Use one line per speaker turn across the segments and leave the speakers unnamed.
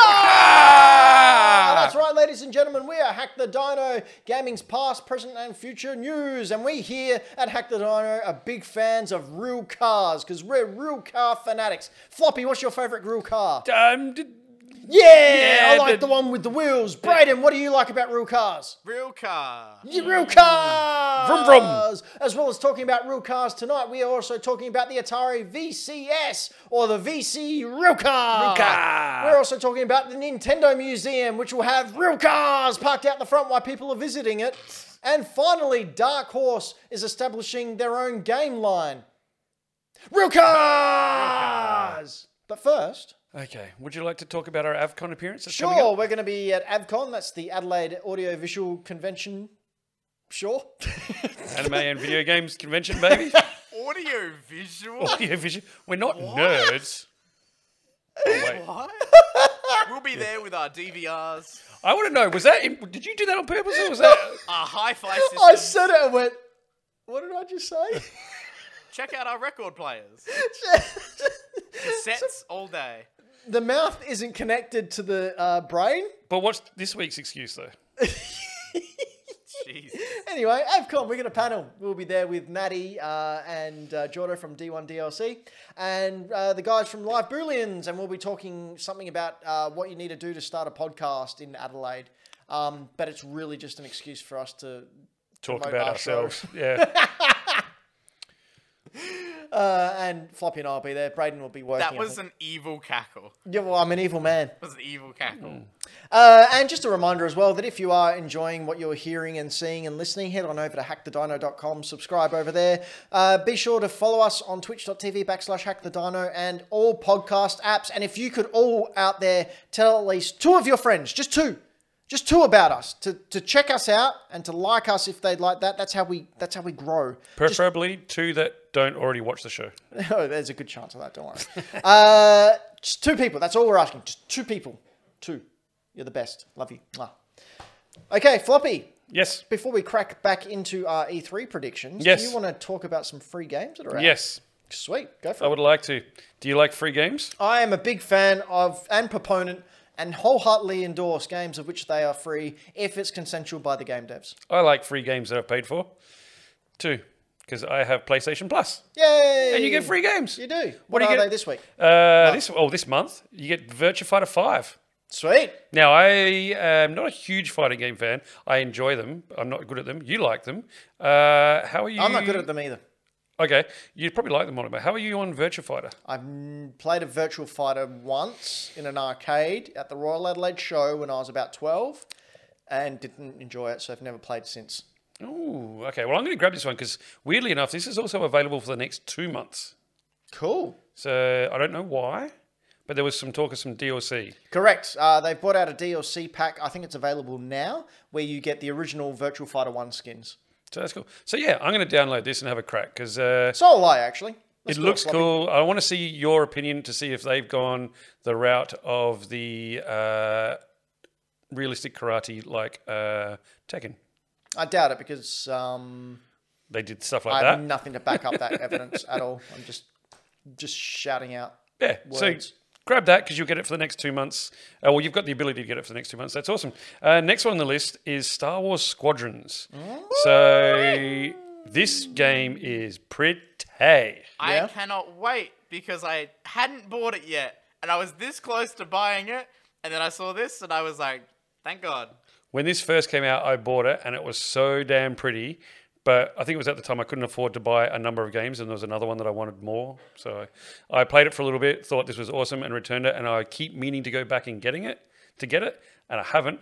Ah!
and gentlemen, we are Hack the Dino, gaming's past, present, and future news. And we here at Hack the Dino are big fans of real cars because we're real car fanatics. Floppy, what's your favourite real car?
Um, d-
Yeah, I
Yeah,
like
the-
the one with the wheels. Brayden, what do you like about real cars?
Real car.
Yeah, Real cars!
Vroom, vroom.
As well as talking about real cars tonight, we are also talking about the Atari VCS or the VC Real Car.
Real car.
We're also talking about the Nintendo Museum, which will have real cars parked out the front while people are visiting it. And finally, Dark Horse is establishing their own game line. Real cars! But first,
okay. Would you like to talk about our Avcon appearance? that's coming
Sure,
up?
we're going to be at AVCON. That's the Adelaide Audio Visual Convention. Sure.
Anime and video games convention, baby.
Audio visual.
Audio vision. We're not nerds. Oh, wait.
What? we'll be there with our DVRs,
I want to know. Was that? in- Did you do that on purpose, or was that?
our hi-fi
I
system.
said it and went, what did I just say?
Check out our record players. Sets all day.
the mouth isn't connected to the uh, brain.
But what's this week's excuse though?
Jeez.
Anyway, AVCON, we're going to panel. We'll be there with Natty uh, and uh, Jordo from D1 DLC and uh, the guys from Live Booleans, and we'll be talking something about uh, what you need to do to start a podcast in Adelaide. Um, but it's really just an excuse for us to
Talk
Promote
about
our
ourselves. Yeah.
Uh, and Floppy and I'll be there. Braden will be working.
That
I
was
think.
an evil cackle.
yeah, well, I'm an evil man.
That was an evil cackle.
Uh, and just a reminder as well that if you are enjoying what you're hearing and seeing and listening, head on over to hackthedino.com, subscribe over there. Uh, be sure to follow us on twitch.tv backslash hackthedino and all podcast apps. And if you could all out there tell at least two of your friends, just two, just two about us to, to check us out and to like us if they'd like that. That's how we that's how we grow.
Preferably two that don't already watch the show.
Oh, there's a good chance of that. Don't worry. uh, just two people. That's all we're asking. Just two people. Two. You're the best. Love you. Mwah. Okay, Floppy.
Yes.
Before we crack back into our E3 predictions,
Yes.
do you want to talk about some free games that are out?
Yes. Oh.
Sweet. Go for
I
it.
would like to. Do you like free games?
I am a big fan of and proponent and wholeheartedly endorse games of which they are free if it's consensual by the game devs.
I like free games that I've paid for. Two, because I have PlayStation Plus,
Yay!
and you get free games.
You do. What,
What do you
are
get-
they this week?
Uh, this oh, this month you get Virtua Fighter Five.
Sweet.
Now I am not a huge fighting game fan. I enjoy them. I'm not good at them. You like them. Uh, how are you?
I'm not good at them either.
Okay, you probably like them on it. How are you on Virtua Fighter?
I've n- played a virtual fighter once in an arcade at the Royal Adelaide Show when I was about 12 and didn't enjoy it, so I've never played since.
Ooh, okay. Well, I'm going to grab this one because weirdly enough, this is also available for the next two months.
Cool.
So I don't know why, but there was some talk of some DLC.
Correct. Uh, they've brought out a DLC pack. I think it's available now where you get the original Virtual Fighter 1 skins.
So that's cool. So yeah, I'm going to download this and have a crack because uh,
So will I, actually. Let's
it
do
looks
Floppy.
cool. I want to see your opinion to see if they've gone the route of the uh, realistic karate like uh, Tekken.
I doubt it because um,
They did stuff
I
like
have
that.
nothing to back up that evidence at all. I'm just just shouting out.
yeah.
words.
So grab that because you'll get it for the next two months. Uh, well, you've got the ability to get it for the next two months. That's awesome. Uh, next one on the list is Star Wars Squadrons. So this game is pretty.
Yeah.
I cannot wait because I hadn't bought it yet, and I was this close to buying it, and then I saw this, and I was like, "Thank God!"
When this first came out, I bought it and it was so damn pretty. But I think it was at the time I couldn't afford to buy a number of games, and there was another one that I wanted more. So I, I played it for a little bit, thought this was awesome, and returned it. And I keep meaning to go back and getting it to get it, and I haven't.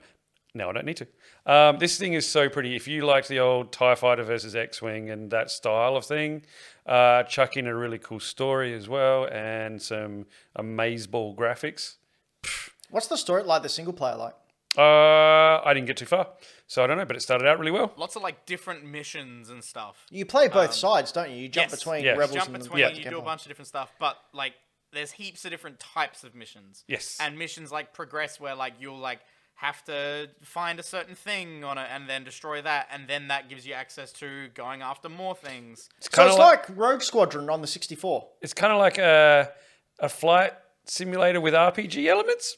No, I don't need to. Um, this thing is so pretty. If you liked the old TIE Fighter versus X Wing and that style of thing, uh, chuck in a really cool story as well and some amazeball graphics.
What's the story like, the single player like?
Uh, I didn't get too far, so I don't know, but it started out really well.
Lots of like different missions and stuff.
You play both sides, don't you? You jump
yes.
between
Um, Yes.
rebels
jump
and
between,
yeah.
you do a bunch of different stuff, but like there's heaps of different types of missions.
Yes.
And missions like progress where like you'll like have to find a certain thing on it and then destroy that and then that gives you access to going after more things.
So
Kinda
it's like, Rogue Squadron on the 64.
it's kind of like a a flight simulator with RPG elements.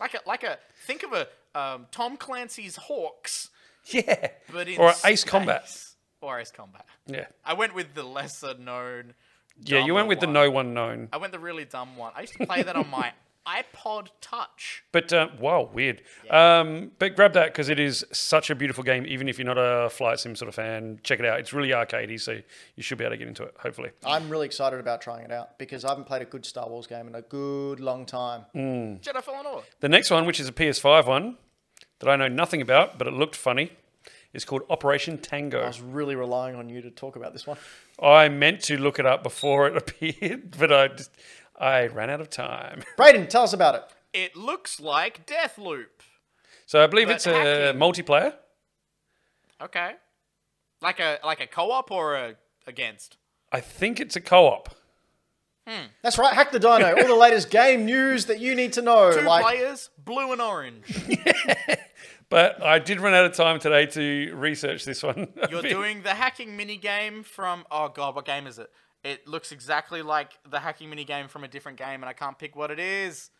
like a like a think of a um, Tom Clancy's Hawks,
Yeah.
but in
Or Ace Combat.
space. Or Ace Combat.
Yeah.
I went with the lesser known.
Yeah, you went
dumber
with the
one.
no one known.
I went the really dumb one. I used to play that on my iPod Touch.
But uh, wow, weird. Um, but grab that because it is such a beautiful game. Even if you're not a flight sim sort of fan, check it out. It's really arcadey, so you should be able to get into it. Hopefully,
I'm really excited about trying it out because I haven't played a good Star Wars game in a good long time.
Mm. Hmm.
Jedi Fallen Order.
the next one, which is a PS5 one that I know nothing about, but it looked funny, is called Operation
I
Tango.
was really relying on you to talk about this one.
I meant to look it up before it appeared, but I just I ran out of time.
Braden, tell us about it.
It looks like Deathloop.
So I believe
But
it's a
hacking.
multiplayer.
Okay. Like a like a co-op or a against.
I think it's a co-op.
That's right, Hack the Dino. All the latest game news that you need to know.
Two
like,
players, blue and orange.
But I did run out of time today to research this one. a
You're
bit.
doing the hacking mini game from oh god, what game is it? It looks exactly like the hacking mini game from a different game and I can't pick what it is.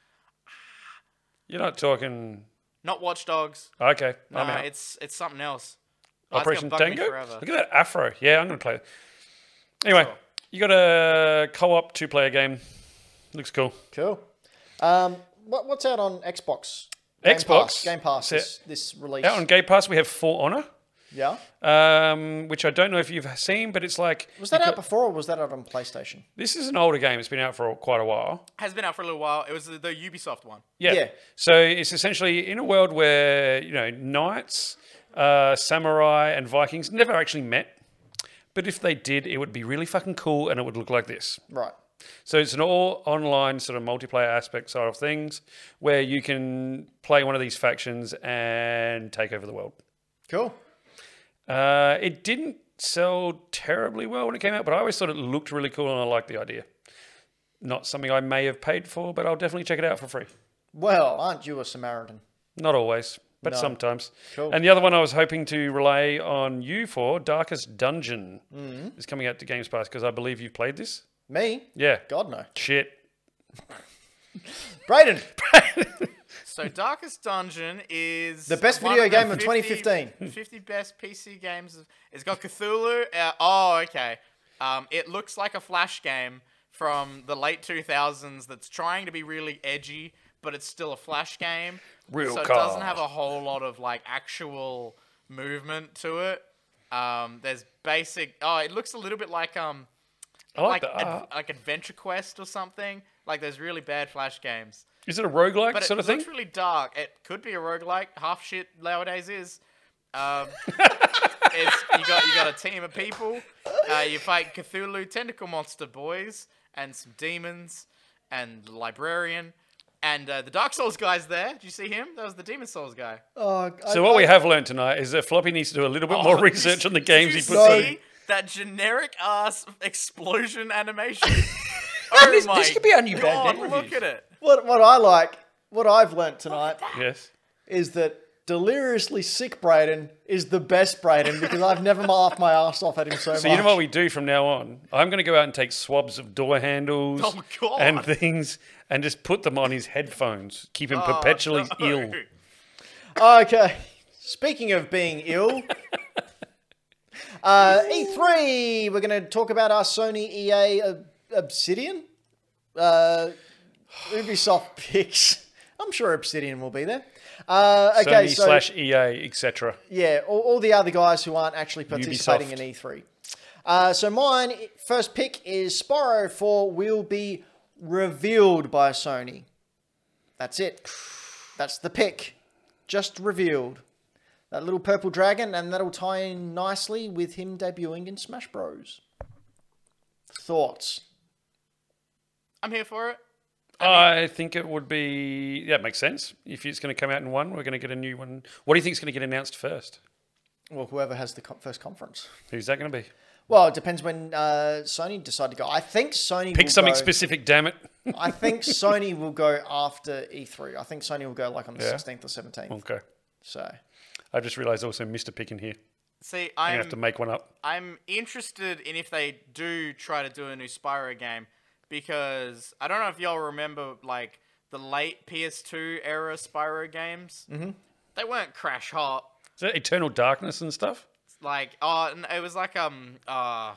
You're not talking.
Not Watch Dogs.
Okay,
No,
I'm out.
it's it's something else. Oh, it's gonna
Operation
bug me
Tango.
forever.
Look at that afro. Yeah, I'm gonna play it. Anyway, you got a co-op two-player game. Looks cool.
cool. Um, what, what's out on Xbox? Game
Xbox?
Pass, Game Pass this, this release.
Out on Game Pass, we have For Honor,
yeah.
um, which I don't know if you've seen, but it's like
Was that out before or was that out on PlayStation?
this is an older game. It's been out for quite a while.
Has been out for a little while. It was the, the Ubisoft one.
Yeah.
Yeah.
So it's essentially in a world where you know knights, uh, samurai, and Vikings never actually met. But if they did, it would be really fucking cool, and it would look like this.
Right.
So it's an all online sort of multiplayer aspect side of things where you can play one of these factions and take over the world.
Cool.
Uh, it didn't sell terribly well when it came out, but I always thought it looked really cool and I liked the idea. Not something I may have paid for, but I'll definitely check it out for free.
Well, aren't you a Samaritan?
Not always, but sometimes.
Cool.
And the other one I was hoping to relay on you for, Darkest Dungeon,
Mm-hmm.
is coming out to Games Pass because I believe you've played this.
Me?
Yeah.
God, no.
Shit.
Braden,
So Darkest Dungeon is
The best
one
video game
the
of 2015.
50 best PC games. of- It's got Cthulhu. Uh, oh, okay. Um, it looks like a flash game from the late 2000s that's trying to be really edgy, but it's still a flash game.
Real
so it
car.
doesn't have a whole lot of like actual movement to it. Um, there's basic. Oh, it looks a little bit like um,
I like,
like
the uh,
ad-
art.
like Adventure Quest or something. Like those really bad flash games.
Is it a roguelike
But
sort
it
of thing?
looks really dark. It could be a roguelike. Half shit nowadays is. Um, it's, you got you got a team of people. Uh, you fight Cthulhu tentacle monster boys and some demons and librarian and uh, the Dark Souls guy's there. Did you see him? That was the Demon Souls guy.
Oh, I-
So what we
I-
have learned tonight is that Floppy needs to do a little bit more
Oh,
research
did-
on the games he
did
puts
you
on.
see That generic ass explosion animation. oh
this-
my
this could be our new bad
god!
game
Look
reviews.
at it.
what, what I like, what I've learnt tonight
Yes.
is that deliriously sick Braden is the best Braden because I've never laughed my ass off at him so,
So you
much.
know what we do from now on? I'm going to go out and take swabs of door handles
Oh, God.
and things and just put them on his headphones, keep
Oh,
him perpetually ill.
Okay. Speaking of being ill, uh, E3, we're going to talk about our Sony EA Ob- Obsidian, uh, Ubisoft picks. I'm sure Obsidian will be there. Uh, okay,
Sony
so
slash E EA, etc.
yeah, all, all the other guys who aren't actually participating in E3. Uh, so mine i- first pick is Spyro 4 will be revealed by Sony. That's it. That's the pick. Just revealed. That little purple dragon, and that'll tie in nicely with him debuting in Smash Bros. Thoughts?
I'm here for it.
I think it would be yeah, it makes sense. If it's going to come out in one, we're going to get a new one. What do you think is going to get announced first?
Well, whoever has the co- first conference.
Who's that going to be?
Well, it depends when uh, Sony decide to go. I think Sony
Pick
will
something
go-
specific, damn it.
I think Sony will go after E3. I think Sony will go like on the
Yeah.
16th or 17th.
Okay.
So
I just realised also Mr. Pick in here.
See,
I
I'm
have to make one up.
I'm interested in if they do try to do a new Spyro game because I don't know if y'all remember like the late PS2 era Spyro games. Mm-hmm. They weren't crash hot.
Is that Eternal Darkness and stuff?
Like oh, and it was like um uh,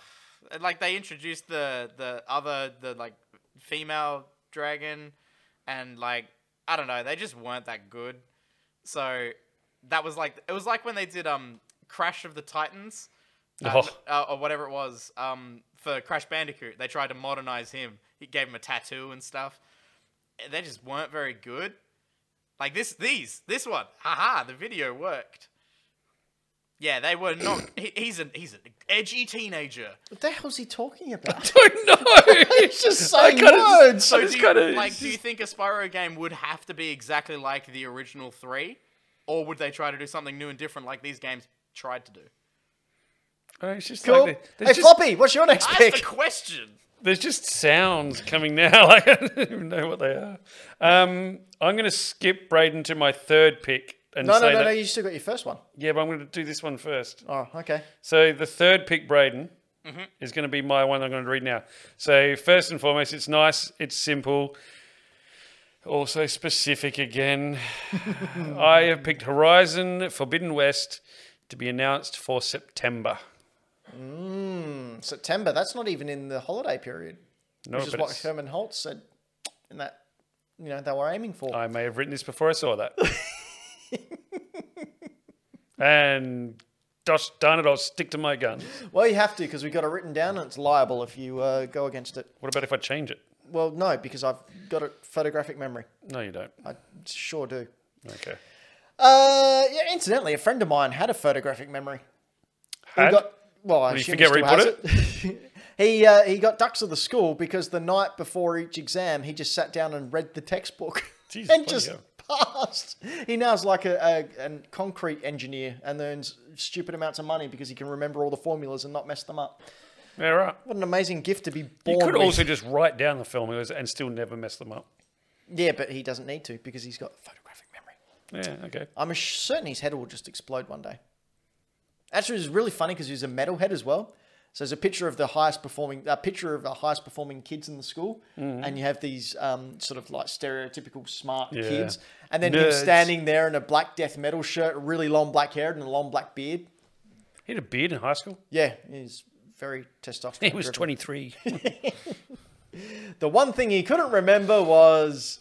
like they introduced the the other the like female dragon, and like I don't know, they just weren't that good. So that was like it was like when they did um Crash of the Titans. Uh,
Oh.
uh, or whatever it was um, for Crash Bandicoot. They tried to modernize him. He gave him a tattoo and stuff. They just weren't very good. Like this, these, this one. Haha, the video worked. Yeah, they were not. he, he's an he's an edgy teenager.
What the hell's he talking about?
Don't know.
It's just saying
kinda-
words.
I
do
just
you,
kind of
like, do you think a Spyro game would have to be exactly like the original three, or would they try to do something new and different like these games tried to do?
It's just
Cool.
like the-
hey,
there's, just,
Floppy, what's your next
That's the
pick?
question.
there's just sounds coming now. Like, I don't even know what they are. Um, I'm going to skip Braden to my third pick and
No,
say
no, no,
that.
no. You still got your first one.
Yeah, but I'm going to do this one first.
Oh, okay.
So the third pick, Braden,
Mm-hmm.
is going to be my one. I'm going to read now. So first and foremost, it's nice. It's simple. Also specific again. I have picked Horizon Forbidden West to be announced for September.
Mm, September. That's not even in the holiday period,
No,
which is
Oh, but
what
it's-
Herman Holtz said. In that, you know, they were aiming for.
I may have written this before I saw that. and gosh darn it, I'll stick to my guns.
Well, you have to because we got it written down and it's liable if you uh, go against it.
What about if I change it?
Well, no, because I've got a photographic memory.
No, you don't.
I sure do.
Okay.
Uh, yeah, incidentally, a friend of mine had a photographic memory.
Had?
He got well. I
Did he
assume
forget
he
where he
still has it. he uh, he got ducks of the school because the night before each exam, he just sat down and read the textbook
Jeez,
and
bloody
just
hell.
passed. He now's like a, a an concrete engineer and earns stupid amounts of money because he can remember all the formulas and not mess them up.
Yeah, right.
What an amazing gift to be born
You could
with.
also just write down the formulas and still never mess them up.
Yeah, but he doesn't need to because he's got photographic memory.
Yeah, okay.
I'm ass- certain his head will just explode one day. Actually, it's really funny because he's a metalhead as well. So there's a picture of the highest performing, a picture of the highest performing kids in the school, and you have these um, sort of like stereotypical smart
Mm. Yeah.
kids, and then him
Nerds.
standing there in a black death metal shirt, really long black hair, and a long black beard.
He had a beard in high school.
Yeah, he's very testosterone.
He was
driven.
23.
The one thing he couldn't remember was.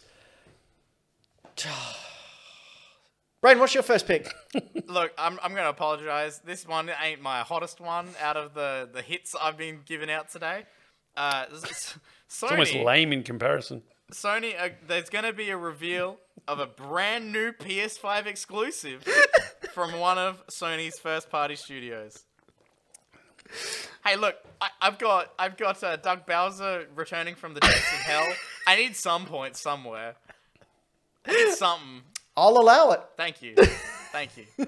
Brain, what's your first pick?
Look, I'm, I'm going to apologize. This one ain't my hottest one out of the, the hits I've been giving out today. Uh, s- s- Sony,
It's almost lame in comparison.
Sony, uh, there's going to be a reveal of a brand new PS5 exclusive from one of Sony's first party studios. Hey, look, I, I've got I've got uh, Doug Bowser returning from the depths of hell. I need some point somewhere. I need something.
I'll allow it.
Thank you. Thank you.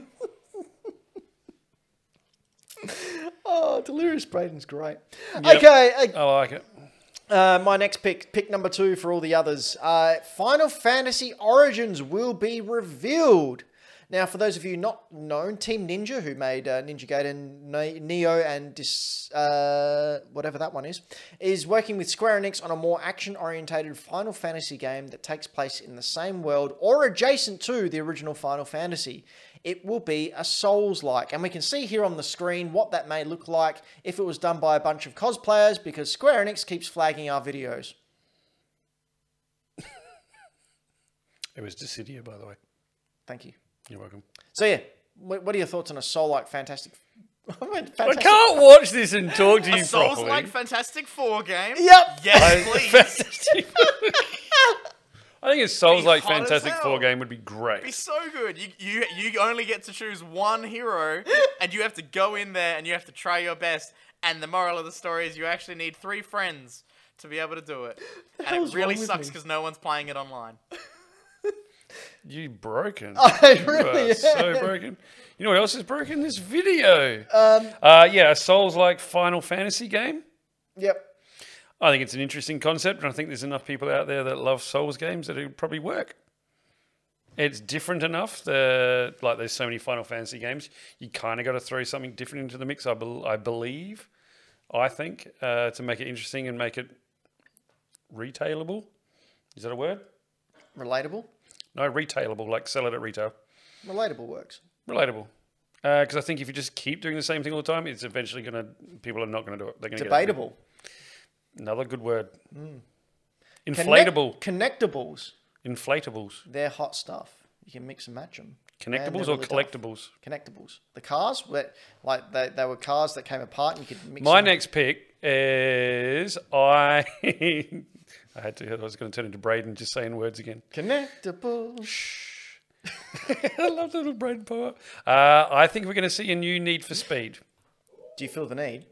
Oh, Delirious Braden's great.
Yep.
Okay, uh,
I like it.
Uh, my next pick, pick number two for all the others. Uh, Final Fantasy Origins will be revealed. Now, for those of you not known, Team Ninja, who made uh, Ninja Gaiden, Ne- Neo, and Dis, uh, whatever that one is, is working with Square Enix on a more action-orientated Final Fantasy game that takes place in the same world or adjacent to the original Final Fantasy. It will be a Souls-like, and we can see here on the screen what that may look like if it was done by a bunch of cosplayers, because Square Enix keeps flagging our videos.
It was Dissidia, by the way.
Thank you.
You're welcome.
So yeah, what, what are your thoughts on a Soul-like fantastic? I meant
I
fantastic.
can't watch this and talk to you
Souls
properly.
like Fantastic Four game.
Yep.
Yes, please.
I think a Souls like
Be hot as
Fantastic Four
hell.
game would be
Be
great.
so good. You, you you only get to choose one hero, and you have to go in there and you have to try your best. And the moral of the story is you actually need three friends to be able to do it. And
hell's
it really
wrong with
sucks
me?
because no one's playing it online.
You broken.
I
You
really
are
am.
so broken. You know what else is broken? This video. Um, uh, yeah, a Souls like Final Fantasy game.
Yep.
I think it's an interesting concept, and I think there's enough people out there that love Souls games that it would probably work. It's different enough. The like, there's so many Final Fantasy games. You kind of got to throw something different into the mix. I, bel I believe, I think, uh, to make it interesting and make it retailable. Is that a word?
Relatable.
No, retailable, like sell it at retail.
Relatable works.
Relatable. Because I think if you just keep doing the same thing all the time, it's eventually going to, people are not going to do it. They're going to get angry.
Debatable.
Another good word.
Connect-
Inflatable.
connectables.
Inflatables.
They're hot stuff. You can mix and match them.
Connectables or collectables?
Connectables. The cars, were, like they, they were cars that came apart and you could mix.
My
them.
next pick is I. I had to. I was going to turn into Braden just saying words again.
Connectables.
I love the little Braden part. Uh, I think we're going to see a new need for speed.
Do you feel the need?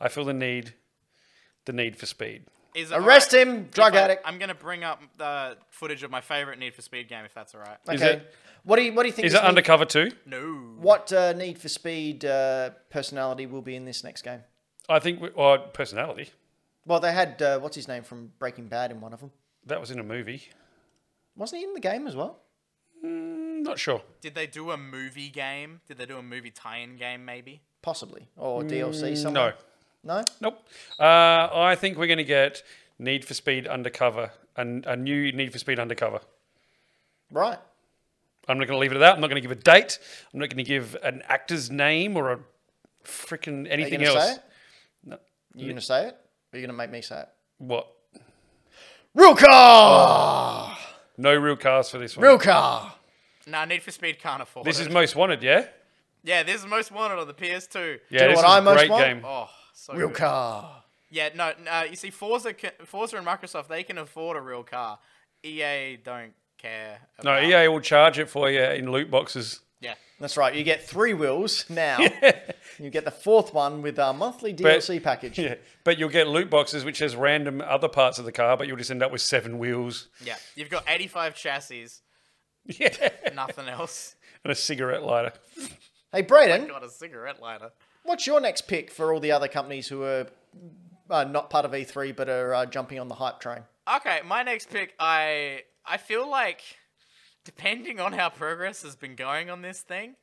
I feel the need, the need for speed.
Is it
Arrest
alright
him,
if
drug
I-
addict.
I'm gonna bring up the footage of my favorite Need for Speed game, if that's all right.
Is
okay.
it-
what do you What do you think?
Is
this
it
need-
undercover too?
No.
What uh, Need for Speed uh, personality will be in this next game?
I think. We, or personality.
Well, they had uh, what's his name from Breaking Bad in one of them.
That was in a movie.
Wasn't he in the game as well?
Mm, not sure.
Did they do a movie game? Did they do a movie tie-in game? Maybe.
Possibly, or DLC
Mm, No.
somewhere. No, no.
Nope. Uh, I think we're going to get Need for Speed Undercover, and a new Need for Speed Undercover.
Right.
I'm not going to leave it at that. I'm not going to give a date. I'm not going to give an actor's name or a freaking
Are you
anything
gonna say
else.
it? No. You gonna say it? Or are you gonna make me say it?
What?
Real car.
No real cars for this one.
Real car.
No, Need for Speed can't afford
This
it.
is most wanted, yeah.
yeah, this is most wanted on the PS2.
Yeah,
know
this
what
is a
I most
great
want?
game.
Oh, so
Real
good.
car.
Yeah, no, no. You see, Forza, can, Forza and Microsoft, they can afford a real car. EA don't care.
No, E
About,
EA will charge it for you in loot boxes.
Yeah.
That's right. You get three wheels now. You get the fourth one with our monthly DLC package.
Yeah, but you'll get loot boxes which has random other parts of the car, but you'll just end up with seven wheels
Yeah. You've got 85 chassis,
yeah.
nothing else.
and a cigarette lighter.
Hey, Brayden,
got a cigarette lighter.
what's your next pick for all the other companies who are uh, not part of E3 but are uh, jumping on the hype train?
Okay, my next pick, I I feel like depending on how progress has been going on this thing,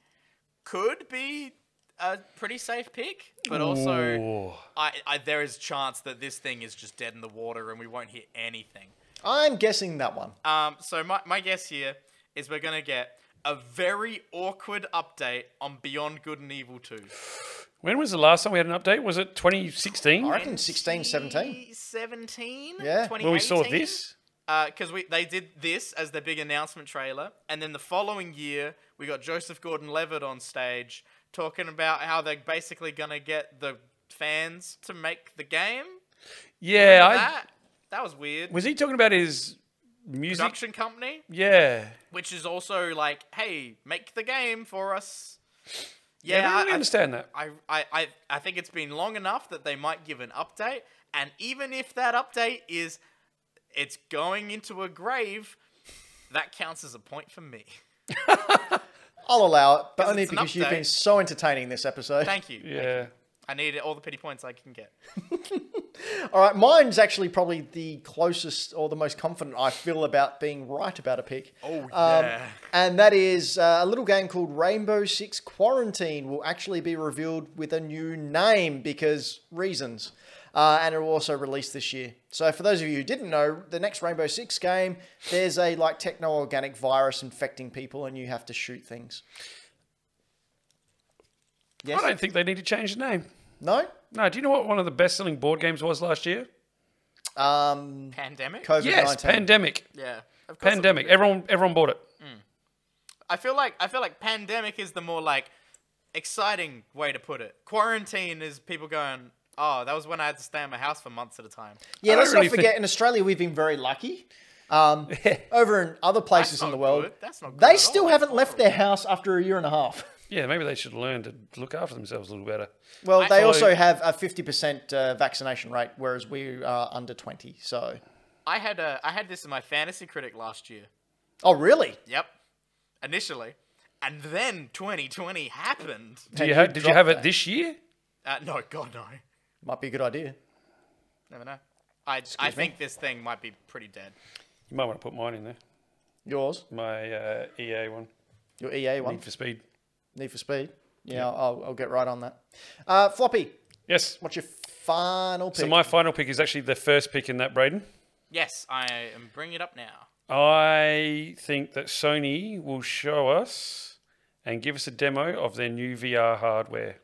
could be a pretty safe pick, but also
Ooh.
I, I there is chance that this thing is just dead in the water and we won't hear anything.
I'm guessing that one.
Um, so my, my guess here is we're gonna get a very awkward update on Beyond Good and Evil 2.
when was the last time we had an update? Was it 2016?
I reckon 16, 17.
17?
Yeah.
When we saw this?
because Uh, we they did this as their big announcement trailer, and then the following year we got Joseph Gordon-Levitt on stage talking about how they're basically gonna get the fans to make the game.
Yeah, I,
that that was weird.
was he talking about his music?
Production company,
Yeah.
which is also like, hey, make the game for us.
Yeah, I
Yeah,
don't really
I,
understand that.
I, I, I, I think it's been long enough that they might give an update, and even if that update is it's going into a grave, that counts as a point for me.
I'll allow it, but
'Cause
only
it's an
because you've
update.
been so entertaining this episode.
Thank you.
Yeah.
I need all the pity points I can get.
All right, mine's actually probably the closest or the most confident I feel about being right about a pick.
Oh,
Um,
yeah.
and that is uh, a little game called Rainbow Six Quarantine will actually be revealed with a new name because reasons. Uh, and it will also release this year. So for those of you who didn't know, the next Rainbow Six game, there's a like techno-organic virus infecting people and you have to shoot things. Yes?
I don't think they need to change the name.
No?
No, do you know what one of the best selling board games was last year?
Um,
Pandemic?
COVID-19.
Yes, Pandemic.
yeah. Of course it-
Pandemic. Everyone everyone bought it.
I feel like I feel like pandemic is the more like exciting way to put it. Quarantine is people going, "Oh, that was when I had to stay in my house for months at a time."
Yeah,
I don't
let's
really
not forget. In Australia, we've been very lucky. Um, over in other places in
not
the world,
good. That's not good
they
at
still
all.
haven't left their house after a year and a half.
Yeah, maybe they should learn to look after themselves a little better.
Well, they
follow-
also have a fifty percent uh, vaccination rate, whereas we are under twenty. So,
I had a I had this in my fantasy critic last year.
oh really?
Yep. Initially. And then 2020 happened.
Do you
you
ha- did you
dropped
have
that?
it this year?
Uh, no, God, no.
Might be a good idea.
Never know. I, I think this thing might be pretty dead.
You might want to put mine in there.
Yours,
My uh, EA one.
your EA one,
Need for Speed.
Need for Speed. Yeah, I'll, I'll get right on that. Uh, Floppy,
Yes.
what's your final pick?
So my final pick is actually the first pick in that, Braden.
Yes, I am bringing it up now.
I think that Sony will show us and give us a demo of their new VR hardware.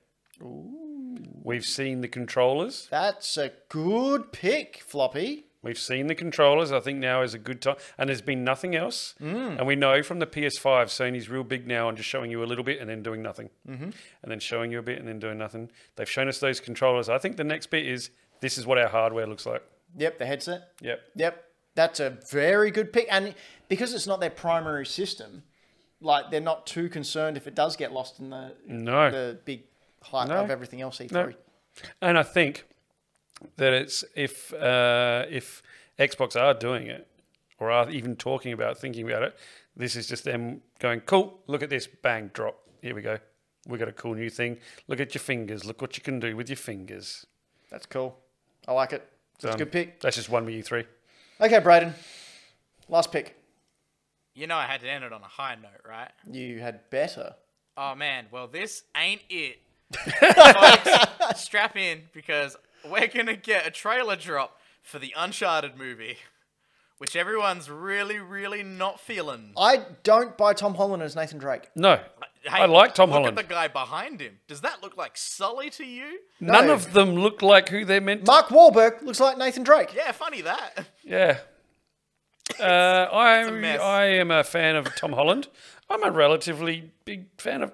We've seen the controllers.
That's a good pick, Floppy.
We've seen the controllers. I think now is a good time. And there's been nothing else. And we know from the PS5, Sony's real big now on just showing you a little bit and then doing nothing. Mm-hmm. And then showing you a bit and then doing nothing. They've shown us those controllers. I think the next bit is this is what our hardware looks like.
Yep, the headset.
Yep.
Yep, that's a very good pick. And because it's not their primary system, like they're not too concerned if it does get lost in the
No.
the big hype
Oh. No.
of everything else. E E3.
No. And I think that it's if uh, if Xbox are doing it or are even talking about thinking about it, this is just them going, cool. Look at this, bang, drop. Here we go. We got a cool new thing. Look at your fingers. Look what you can do with your fingers.
That's cool. I like it. That's
Done.
a good pick.
That's just one with you three.
Okay, Braden. Last pick.
You know I had to end it on a high note, right?
You had better.
Oh man, well this ain't it. Folks, strap in because we're gonna get a trailer drop for the Uncharted movie, which everyone's really, really not feeling.
I don't buy Tom Holland as Nathan Drake.
No,
Hey,
I like Tom
look
Holland.
Look at the guy behind him. Does that look like Sully to you?
None
No.
of them look like who they're meant. to
Mark Wahlberg looks like Nathan Drake.
Yeah, funny that.
Yeah. Uh, I
mess.
I am a fan of Tom Holland. I'm a relatively big fan of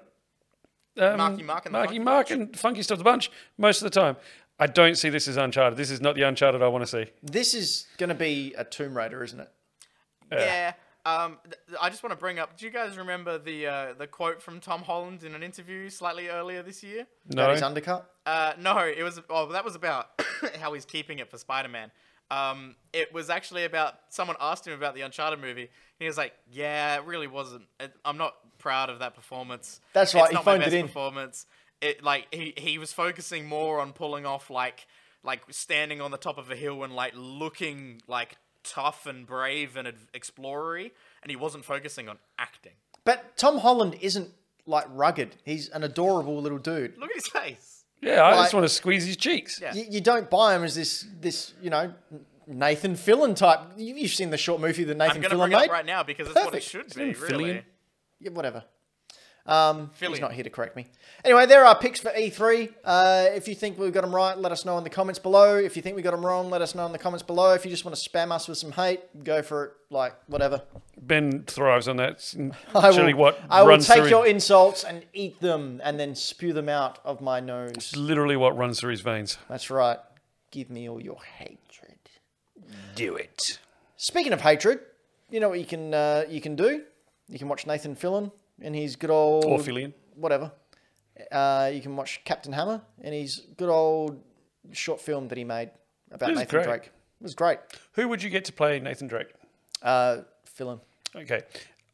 um,
Marky Mark and the
Marky
Funky
Mark and Funky Stuff the Bunch most of the time. I don't see this as Uncharted. This is not the Uncharted I want to see.
This is going to be a Tomb Raider, isn't it?
Yeah. Um, th- th- I just want to bring up. Do you guys remember the uh, the quote from Tom Holland in an interview slightly earlier this year?
That
No,
is undercut.
Uh, no, it was. Oh, that was about how he's keeping it for Spider-Man. Um, it was actually about someone asked him about the Uncharted movie, and he was like, "Yeah, it really wasn't. It, I'm not proud of that performance.
That's right,
It's
he
not my
phoned it
best
in.
Performance. It like he he was focusing more on pulling off like like standing on the top of a hill and like looking like tough and brave and ad- explorery, and he wasn't focusing on acting.
But Tom Holland isn't like rugged. He's an adorable little dude.
Look at his face.
yeah, I just
Like-
want to squeeze his cheeks.
Yeah.
you, you don't buy him as this this you know Nathan Fillion type. You, you've seen the short movie that
I'm
Nathan
gonna
Fillion
bring it
made.
up right now because that's what it
Perfect.
should
Isn't
be.
it
Really.
Fillion?
Yeah, whatever. Um, he's
Fillion.
not here to correct me. Anyway, there are picks for E3. Uh, if you think we've got them right, let us know in the comments below. If you think we got them wrong, let us know in the comments below. If you just want to spam us with some hate, go for it. Like whatever.
Ben thrives on that. It's
I
literally
will.
what
I will
runs
take
through
your
his,
insults and eat them, and then spew them out of my nose.
literally what runs through his veins.
That's right. Give me all your hatred.
Do it.
Speaking of hatred, you know what you can uh, you can do? You can watch Nathan Fillion and his good old
Or Fillion.
whatever. Uh, you can watch Captain Hammer and his good old short film that he made about
It was
Nathan
great.
Drake. It was great.
Who would you get to play Nathan Drake?
Uh, Fillion.
Okay.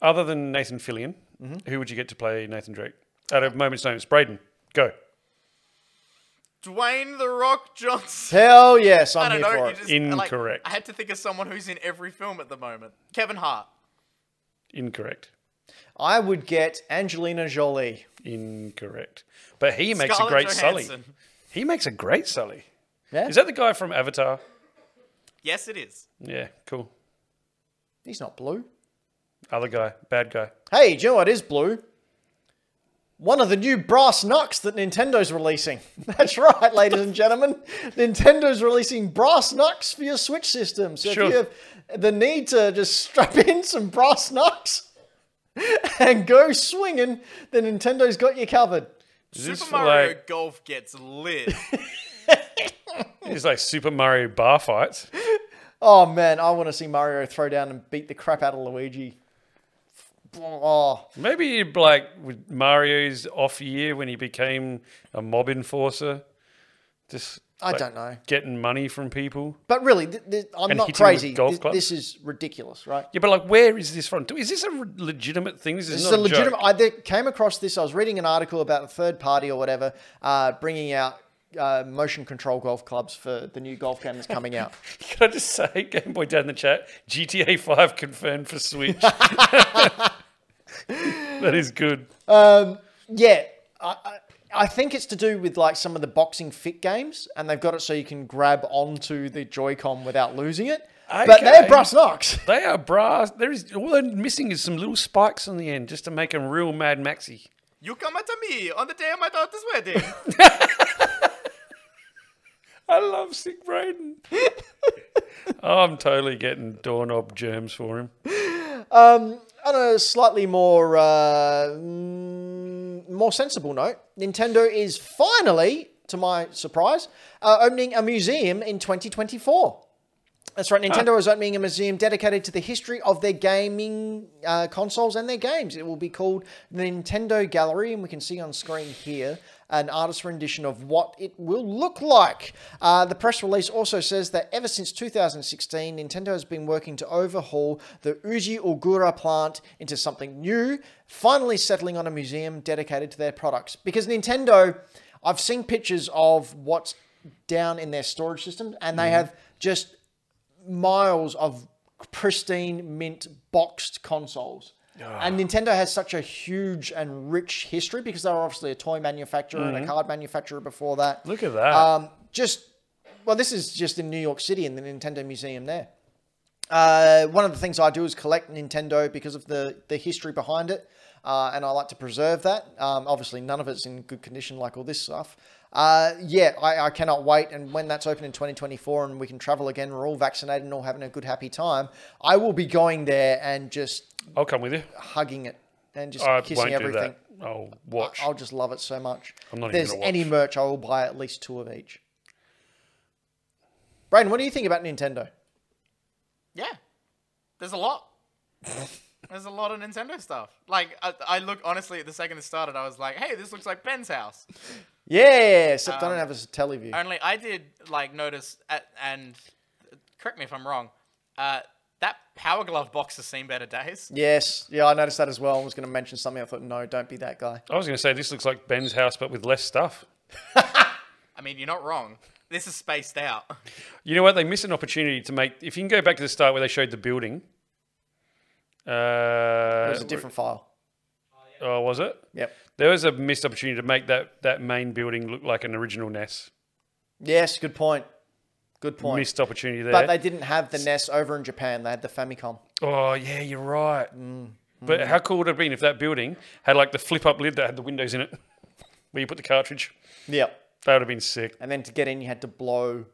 Other than Nathan Fillion,
Mm-hmm.
who would you get to play Nathan Drake? At a moment's notice, Braden, go.
Dwayne the Rock Johnson.
Hell yes, I'm
I don't
here
know.
for
You
it.
just, Like,
Incorrect.
I had to think of someone who's in every film at the moment. Kevin Hart.
Incorrect.
I would get Angelina Jolie.
Incorrect. But he makes
Scarlett
a great Sully.
Johansson.
He makes a great Sully.
Yeah,
Is that the guy from Avatar?
Yes, it is.
Yeah, cool.
he's not blue.
Other guy, bad guy.
Hey, do you know what is blue? One of the new brass knucks that Nintendo's releasing. That's right, ladies and gentlemen. Nintendo's releasing brass knucks for your Switch system. So
Sure.
if you have the need to just strap in some brass knucks and go swinging, then Nintendo's got you covered.
Is
Super
this
Mario
like
Golf gets lit.
is like Super Mario bar fights?
Oh man, I want to see Mario throw down and beat the crap out of Luigi. Oh,
Maybe you'd like with Mario's off year when he became a mob enforcer, just
I
like,
don't know.
getting money from people.
But really, th- th- I'm
And
not
hit him with
crazy.
golf
This,
clubs?
this is ridiculous, right?
Yeah, but like, where is this from? Do- Is this a re- legitimate thing? This is
This is
not
a
a joke.
legitimate. I th- came across this. I was reading an article about a third party or whatever uh, bringing out uh, motion control golf clubs for the new golf game that's coming out.
Can I just say, Game Boy down the chat, GTA 5 confirmed for Switch. that is good.
yeah, I, I, I think it's to do with like some of the boxing fit games, and they've got it so you can grab onto the Joy-Con without losing it. But they're
Okay.
brass knocks.
They are brass. There is all they're missing is some little spikes on the end just to make them real Mad Maxy.
You come at me on the day of my daughter's wedding.
I love sick Braden. I'm totally getting doorknob germs for him.
On a slightly more uh, mm, more sensible note, Nintendo is finally, to my surprise, uh, opening a museum in 2024. That's right. Nintendo is opening a museum dedicated to the history of their gaming uh, consoles and their games. It will be called the Nintendo Gallery, and we can see on screen here an artist's rendition of what it will look like. Uh, the press release also says that ever since 2016, Nintendo has been working to overhaul the Uji Ogura plant into something new, finally settling on a museum dedicated to their products. Because Nintendo, I've seen pictures of what's down in their storage system, and they have just miles of pristine mint boxed consoles. And Nintendo has such a huge and rich history because they were obviously a toy manufacturer and a card manufacturer before that.
Look at that.
Um, just, well, this is just in New York City in the Nintendo Museum there. Uh, one of the things I do is collect Nintendo because of the, the history behind it, uh, and I like to preserve that. Um, obviously, none of it's in good condition like all this stuff. Uh, yeah, I, I cannot wait. And when that's open in 2024 and we can travel again, we're all vaccinated and all having a good, happy time, I will be going there and just
I'll come with you.
hugging it and just
I won't
kissing
do
everything.
that. I'll watch.
I'll just love it so much.
I'm not
if
even
there's
gonna watch.
any merch, I will buy at least two of each. Brayden, what do you think about Nintendo?
yeah, there's a lot. There's a lot of Nintendo stuff. Like I, I look honestly at the second it started, I was like, "Hey, this looks like Ben's house."
Yeah, except I don't have a teleview.
Only I did like notice, at, and uh, correct me if I'm wrong. Uh, that power glove box has seen better days.
Yes, yeah, I noticed that as well. I was going to mention something. I thought, no, don't be that guy.
I was going to say this looks like Ben's house, but with less stuff.
I mean, you're not wrong. This is spaced out.
You know what? They miss an opportunity to make. If you can go back to the start where they showed the building. Uh,
It was a different file.
Oh, was it?
Yep.
There was a missed opportunity to make that, that main building look like an original NES.
Yes, good point. Good point.
Missed opportunity there.
but they didn't have the NES over in Japan. They had the Famicom.
Oh yeah, you're right. Mm, But how cool would it have been if that building had like the flip up lid that had the windows in it where you put the cartridge?
Yep.
That would have been sick.
And then to get in, you had to blow.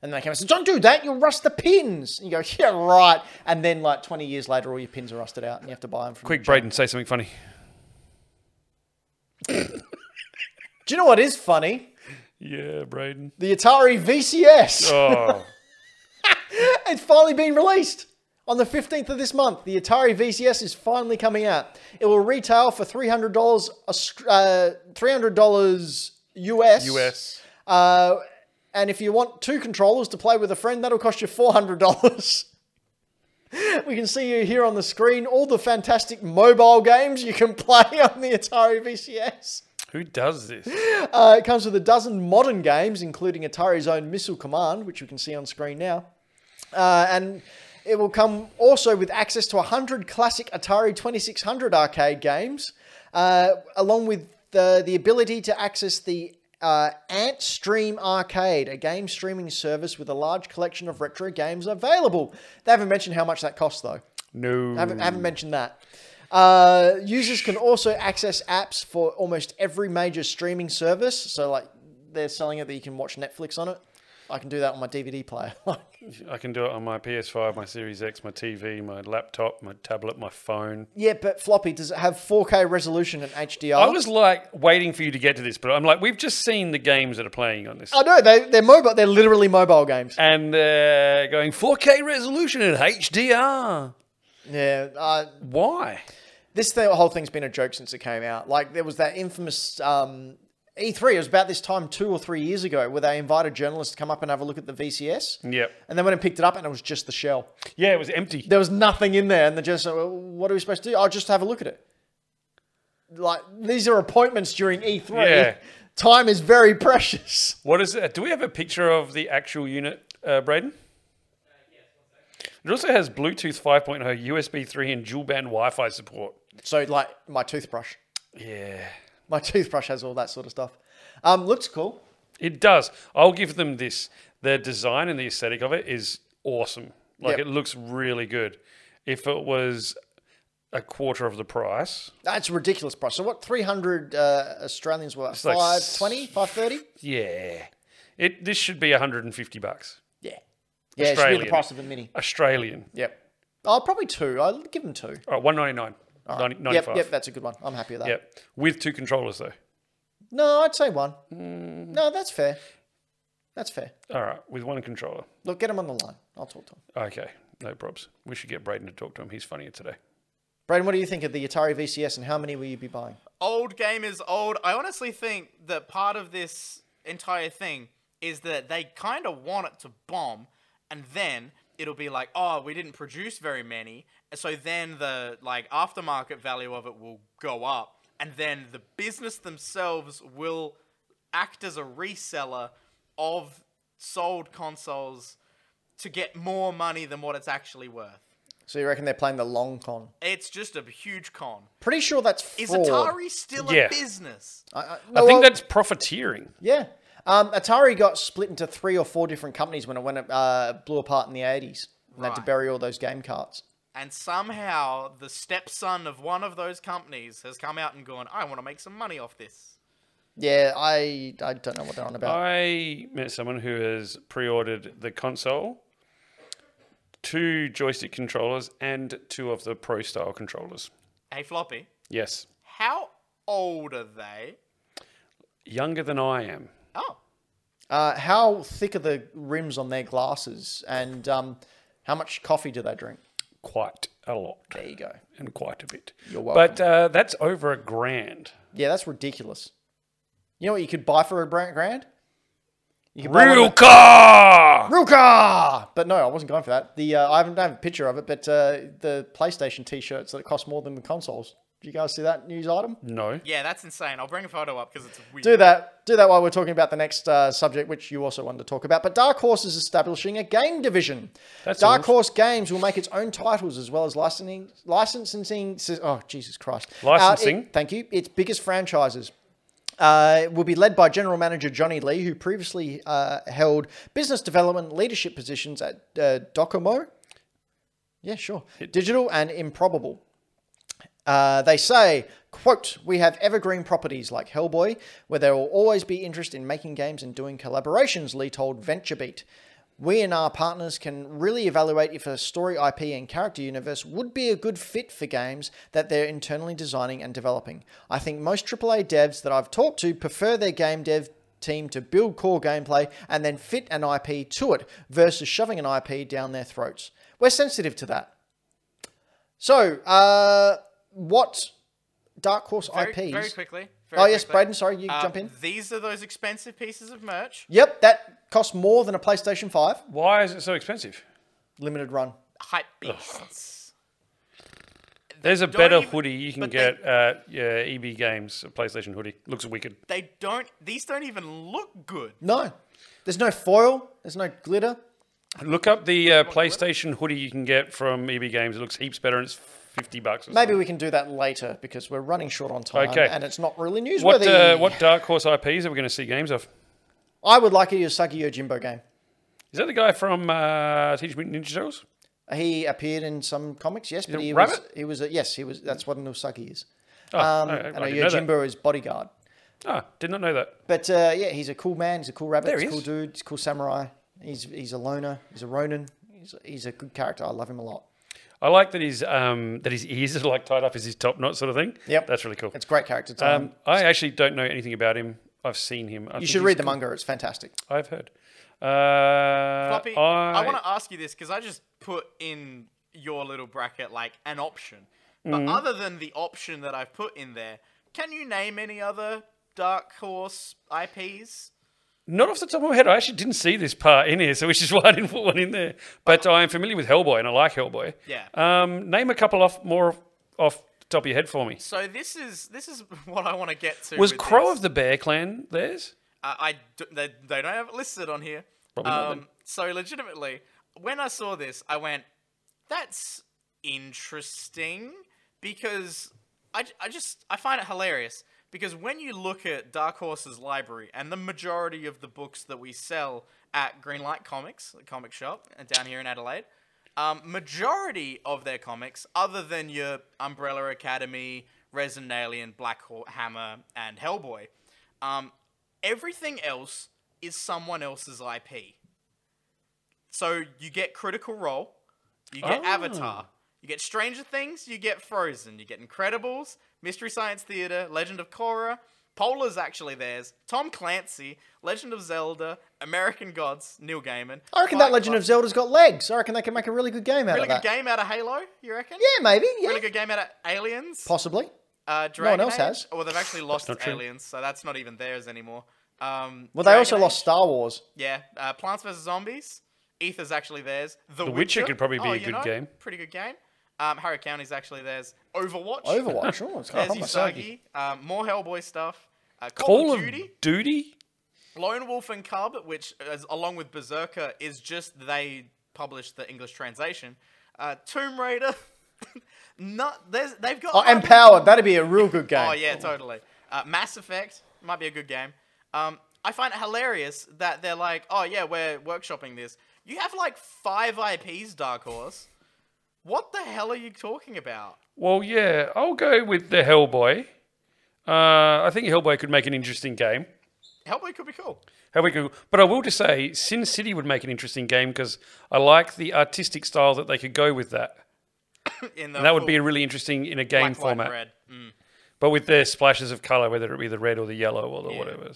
And they came and said, "Don't do that. You'll rust the pins." And you go, "Yeah, right." And then, like twenty years later, all your pins are rusted out, and you have to buy them from.
Quick, Braden, say something funny.
Do you know what is funny?
Yeah, Braden.
The Atari VCS.
Oh,
It's finally been released. On the 15th of this month, the Atari VCS is finally coming out. It will retail for $300, Aust- uh, $300 US.
US.
Uh, and if you want two controllers to play with a friend, that'll cost you $400. we can see you here on the screen all the fantastic mobile games you can play on the Atari VCS.
Who does this?
Uh, it comes with a dozen modern games, including Atari's own Missile Command, which you can see on screen now. Uh, and it will come also with access to 100 classic Atari 2600 arcade games, uh, along with the, the ability to access the uh, Ant Stream Arcade, a game streaming service with a large collection of retro games available. They haven't mentioned how much that costs, though.
No.
I haven't, I haven't mentioned that. Uh, users can also access apps for almost every major streaming service. So, like, they're selling it that you can watch Netflix on it. I can do that on my DVD player.
I can do it on my PS5, my Series X, my TV, my laptop, my tablet, my phone.
yeah, but floppy, does it have 4K resolution and HDR?
I was like waiting for you to get to this, but I'm like, we've just seen the games that are playing on this.
I know, they, they're mobile. They're literally mobile games.
And uh, going 4K resolution and HDR.
Yeah. Uh,
Why?
this thing, whole thing's been a joke since it came out. Like there was that infamous um, E3. It was about this time two or three years ago where they invited journalists to come up and have a look at the VCS.
Yep.
And then when I picked it up, and it was just the shell.
Yeah, it was empty.
There was nothing in there, and the journalist said, well, "What are we supposed to do? I'll just have a look at it." Like these are appointments during E3.
Yeah.
Time is very precious.
What is that? Do we have a picture of the actual unit, uh, Braden? It also has Bluetooth oh, 5.0, USB 3, and dual band Wi Fi support.
So, like my toothbrush,
Yeah.
my toothbrush has all that sort of stuff. Um, looks cool.
It does. I'll give them this. The design and the aesthetic of it is awesome. Like
Yep.
it looks really good. If it was a quarter of the price,
That's a ridiculous price. So what? Three hundred uh, Australians were
like
five twenty, five thirty.
yeah, it this should be 150 bucks
Yeah, yeah. It should be the
Australian.
price of a mini.
Australian.
Yep. Oh, probably two. I'll give them two.
All right, 199. Ninety-
Yep,
95.
yep. That's a good one. I'm happy with that.
Yep. With two controllers though.
No, I'd say one.
Mm.
No, that's fair. That's fair.
All right, with one controller.
Look, get him on the line. I'll talk to him.
Okay, no probs. We should get Braden to talk to him. He's funnier today.
Braden, what do you think of the Atari VCS and how many will you be buying?
old game is old. I honestly think that part of this entire thing is that they kind of want it to bomb, and then it'll be like, oh, we didn't produce very many, so then the like aftermarket value of it will go up, and then the business themselves will act as a reseller of sold consoles to get more money than what it's actually worth.
So you reckon they're playing the long con?
It's just a huge con.
Pretty sure that's
Is
fraud.
Atari still
Yeah.
a business?
I, I-
I
no,
think
well,
that's profiteering.
yeah. Um, Atari got split into three or four different companies when it went uh, blew apart in the eighties. And they had to
Right.
bury all those game carts.
and somehow the stepson of one of those companies has come out and gone, I want to make some money off this.
Yeah, I I don't know what they're on
Uh,
about.
I met someone who has pre-ordered the console, two joystick controllers, and two of the pro style controllers.
Hey, Floppy,
Yes,
how old are they?
younger than I am.
Oh,
Uh, how thick are the rims on their glasses, and um, how much coffee do they drink?
Quite a lot,
There you go.
and quite a bit.
You're
But uh, that's over a grand.
Yeah, that's ridiculous. You know what you could buy for a brand grand? You could buy one
Real
of
car.
the- real car. But no, I wasn't going for that. The uh, I haven't I have a picture of it, but uh, the PlayStation T-shirts that cost more than the consoles. Do you guys see that news item?
No.
yeah, that's insane. I'll bring a photo up because it's weird.
Do that. Do that while we're talking about the next uh, subject, which you also wanted to talk about. But Dark Horse is establishing a game division.
That's
Dark
all.
Horse Games will make its own titles as well as licensing. Licensing. Oh, Jesus Christ. Uh, it-
Licensing.
thank you. Its biggest franchises. Uh, will be led by General Manager Johnny Lee, who previously uh, held business development leadership positions at uh, Docomo. Yeah, sure. Digital and Improbable. Uh, they say, quote, we have evergreen properties like Hellboy, where there will always be interest in making games and doing collaborations, Lee told VentureBeat. We and our partners can really evaluate if a story IP and character universe would be a good fit for games that they're internally designing and developing. I think most AAA devs that I've talked to prefer their game dev team to build core gameplay and then fit an IP to it versus shoving an IP down their throats. We're sensitive to that. So, uh, what Dark Horse
very,
IPs?
very quickly. Very
oh yes,
quickly.
Braden. Sorry, you
Uh,
jump in.
These are those expensive pieces of merch.
Yep, that costs more than a PlayStation Five
Why is it so expensive?
limited run.
Hype beasts.
There's a
Don't
better
even-
hoodie you can
but they-
get at yeah, EB Games, a PlayStation hoodie. Looks wicked.
They don't, these don't even look good.
No, there's no foil. There's no glitter.
Look up the uh, PlayStation hoodie you can get from EB Games. It looks heaps better and it's 50 bucks. Or
Maybe we can do that later because we're running short on time
Okay.
and it's not really newsworthy.
something. What, uh, what Dark Horse IPs are we going to see games of?
I would like a Yosaki Yojimbo game.
Is that the guy from uh, Teenage Mutant Ninja Turtles?
He appeared in some comics, yes, but
a
he was,
rabbit?
he was a, yes, he was. That's what an Usagi is.
Oh,
Um,
I, I
and a
didn't know that.
Yojimbo is bodyguard.
Ah, did not know that.
But uh, yeah, he's a cool man. He's a cool rabbit.
There
he's a
he
cool
is.
dude. He's a cool samurai. He's he's a loner. He's a ronin. He's, he's a good character. I love him a lot.
I like that his um, that his ears are like tied up as his top knot sort of thing.
Yep.
that's really cool.
It's great character time.
Um, I actually don't know anything about him. I've seen him. I
you should read the manga. It's fantastic.
I've heard. Uh,
Floppy,
I,
I, want to ask you this because I just put in your little bracket like an option. But
Mm-hmm.
other than the option that I've put in there, can you name any other Dark Horse IPs?
Not off the top of my head, I actually didn't see this part in here, so which is why I didn't put one in there. But I am familiar with Hellboy, and I like Hellboy.
Yeah.
Um, name a couple off more off the top of your head for me.
So this is this is what I want to get to.
Was
with
Crow
this.
of the Bear Clan theirs?
I, I d- they, they don't have it listed on here.
Probably not
um, so legitimately, when I saw this, I went, "That's interesting," because I, j- I just I find it hilarious because when you look at Dark Horse's library and the majority of the books that we sell at Greenlight Comics, the comic shop uh, down here in Adelaide. Um, majority of their comics, other than your Umbrella Academy, Resident Alien, Black Hawk, Hammer, and Hellboy, um, everything else is someone else's IP. So you get Critical Role, you get
Oh.
Avatar, you get Stranger Things, you get Frozen, you get Incredibles, Mystery Science Theater, Legend of Korra, Polar's actually theirs, Tom Clancy, Legend of Zelda, American Gods, Neil Gaiman.
I reckon that Legend of Zelda's got legs. I reckon they can make a really good game out
Really
of that.
good game out of Halo, you reckon?
Yeah, maybe. Yeah,
Really good game out of Aliens.
possibly.
Uh, Dragon
else
Age?
has.
Well, they've actually lost
not true.
Aliens, so that's not even theirs anymore. Um,
Well, they
Dragon
also
Age?
lost Star Wars.
Yeah, uh, Plants vs Zombies. Ether's actually theirs. The,
Witcher could probably be
Oh,
a
you
good
know,
game.
Pretty good game. Um, Harry County's actually theirs. Overwatch.
Overwatch. Oh, it's got
There's
a Sagi.
Usagi. Um, more Hellboy stuff. Uh, Call,
Call
of
of
Duty.
Duty?
Lone Wolf and Cub, which, is, along with Berserker, is just they published the English translation. Uh, Tomb Raider. Not there's they've got.
Oh,
hardly-
Empowered. That'd be a real good game.
Oh yeah, totally. Uh, Mass Effect might be a good game. Um, I find it hilarious that they're like, oh yeah, we're workshopping this. You have like five IPs, Dark Horse. What the hell are you talking about?
Well, yeah, I'll go with the Hellboy. Uh, I think Hellboy could make an interesting game.
Hellboy could be cool.
Hellboy could, but I will just say, Sin City would make an interesting game because I like the artistic style that they could go with that.
In the
And that would be really interesting in a game
black, white,
format.
red. Mm.
but with their splashes of color, whether it be the red or the yellow or the whatever.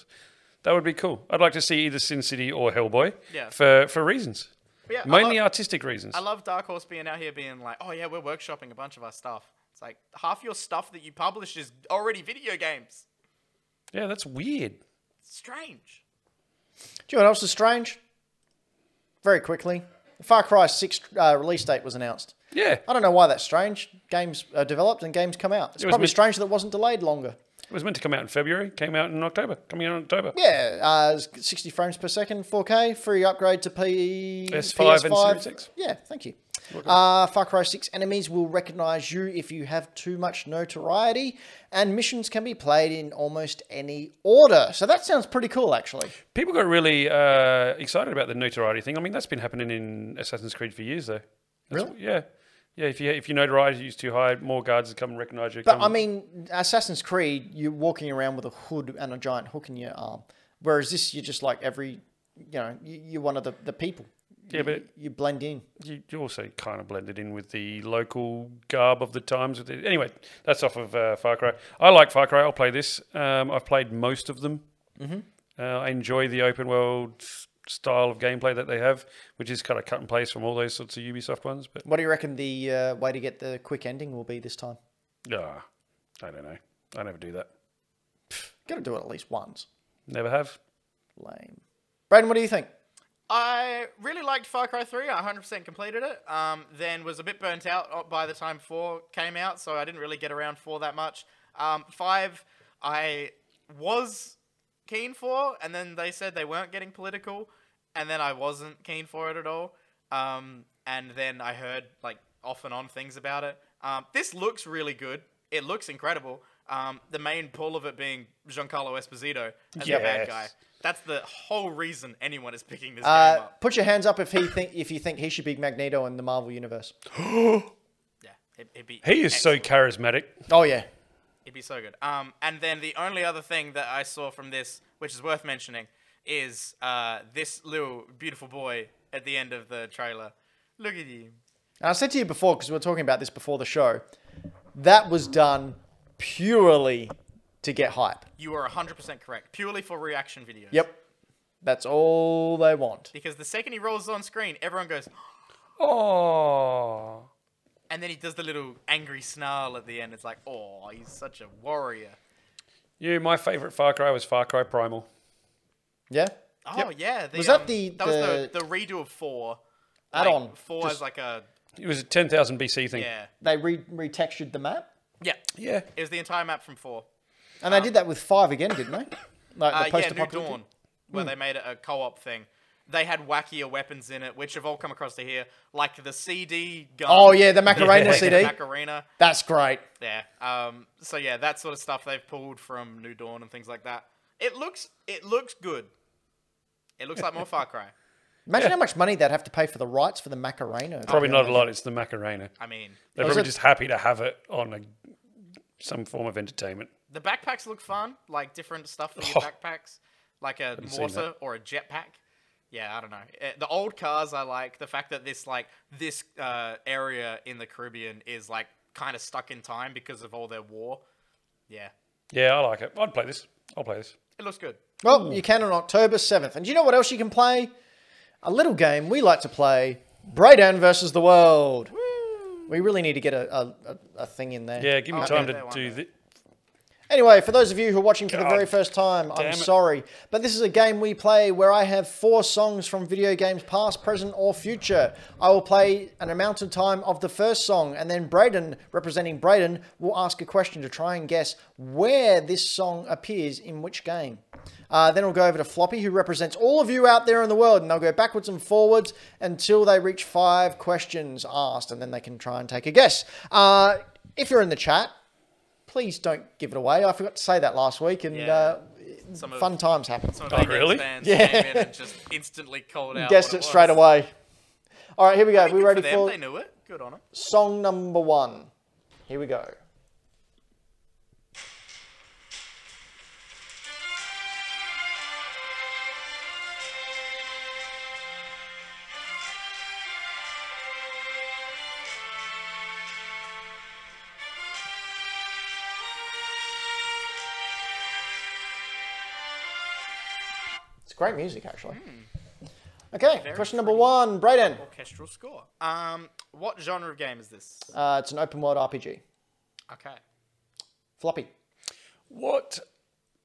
That would be cool. I'd like to see either Sin City or Hellboy
Yeah.
for, for reasons,
But yeah,
mainly
I, lo-
artistic reasons.
I love Dark Horse being out here being like, oh yeah, we're workshopping a bunch of our stuff. It's like half your stuff that you publish is already video games.
yeah, that's weird.
Strange.
Do you know what else is strange? Very quickly, Far Cry Six uh, release date was announced.
Yeah,
I don't know why that's strange. Games are developed and games come out. It's
was
probably
mid-
strange that it wasn't delayed longer.
it was meant to come out in February, came out in October, coming out in October.
Yeah, uh, 60 frames per second, 4K, free upgrade to P-
S5
PS5.
and Series X.
Yeah, thank you. Uh, Far Cry 6 enemies will recognize you if you have too much notoriety, and missions can be played in almost any order. So that sounds pretty cool, actually.
People got really uh, excited about the notoriety thing. I mean, that's been happening in Assassin's Creed for years, though. That's-
Really?
Yeah. Yeah, if, you, if your notoriety is too high, more guards would come and recognize you.
But
come-
I mean, Assassin's Creed, you're walking around with a hood and a giant hook in your arm, whereas this, you're just like every, you know, you, you're one of the, the people.
yeah, but
You blend in.
you, you also kind of blended in with the local garb of the times. With it. Anyway, that's off of uh, Far Cry. I like Far Cry. I'll play this. Um, I've played most of them. Mm-hmm. Uh, I enjoy the open world s- style of gameplay that they have, which is kind of cut and paste from all those sorts of Ubisoft ones. But
What do you reckon the uh, way to get the quick ending will be this time?
yeah, Ah, I don't know. I never do that.
Got to do it at least once.
Never have.
Lame. Braden, what do you think?
I really liked Far Cry 3. I 100% completed it. Um, then was a bit burnt out uh, by the time 4 came out, so I didn't really get around 4 that much. Um, 5, I was keen for, and then they said they weren't getting political, and then I wasn't keen for it at all. Um, and then I heard, like, off and on things about it. Um, this looks really good. It looks incredible. Um, the main pull of it being Giancarlo Esposito as the
Yes.
bad guy. That's the whole reason anyone is picking this
Uh,
game up.
put your hands up if he think if you think he should be Magneto in the Marvel universe.
Yeah, it, it'd be
He is
excellent.
so charismatic.
Oh yeah,
it'd be so good. Um, and then the only other thing that I saw from this, which is worth mentioning, is uh this little beautiful boy at the end of the trailer. Look at him.
and I said to you before because we were talking about this before the show. That was done purely to get hype.
You are 100% correct. Purely for reaction videos.
Yep, that's all they want.
Because the second he rolls on screen, everyone goes,
Oh,
and then he does the little angry snarl at the end. It's like, oh, he's such a warrior.
yeah. My favorite Far Cry was Far Cry Primal.
Yeah,
Oh yeah, the,
Was that
um,
the-
that was
the-
the the redo of four
Add
Like,
on,
four
just-
is like a
It was a ten thousand BC thing.
yeah
they re- retextured the map,
yeah
Yeah.
it was the entire map from four.
and they did that with five again, didn't they? Like
Uh,
the
yeah, New
post-apocalyptic. Mm.
Dawn, where they made it a co-op thing. They had wackier weapons in it, which have all come across to here, like the CD gun.
Oh, yeah, the
that they
Macarena
played with
CD.
Macarena.
That's great.
Yeah. Um. So yeah, that sort of stuff they've pulled from New Dawn and things like that. It looks it looks good. It looks like more Far Cry.
Imagine how much money they'd have to pay for the rights for the Macarena.
Probably not a lot. It's the Macarena.
I mean,
They're
Was
probably
it-
just happy to have it on a, some form of entertainment.
the backpacks look fun, like different stuff for your backpacks, like a
Oh. seen
mortar or a jetpack. Yeah, I don't know. Eh, The old cars I like. The fact that this like this uh, area in the Caribbean is like kind of stuck in time because of all their war. Yeah,
Yeah, I like it. I'd play this. I'll play this.
it looks good.
Well, you can on October 7th. And do you know what else you can play? A little game we like to play Brayden versus the World. We really need to get a, a, a, a thing in there.
Yeah, give me
I'll
time
do
to
that one
do
then.
this.
Anyway, for those of you who are watching for the
God
very first time, I'm
damn it.
sorry. But this is a game we play where I have four songs from video games, past, present, or future. I will play an amount of time of the first song, and then Braden, representing Braden, will ask a question to try and guess where this song appears in which game. Uh, then we'll go over to Floppy, who represents all of you out there in the world, and they'll go backwards and forwards until they reach five questions asked, and then they can try and take a guess. Uh, if you're in the chat, please don't give it away. I forgot to say that last week, and
Yeah.
uh,
Some of-
fun times happen.
Some of
Oh,
our games
really?
Fans
Yeah.
came in and just instantly called out.
Guessed it
what
straight
was.
away. All right, here we go.
Good
We
for
ready
them,
for
They knew it. Good on them.
song number one. Here we go. It's great music, actually. Okay, question number one, Brayden.
Orchestral score. Um, what genre of game is this?
Uh, it's an open world RPG.
Okay.
Floppy.
What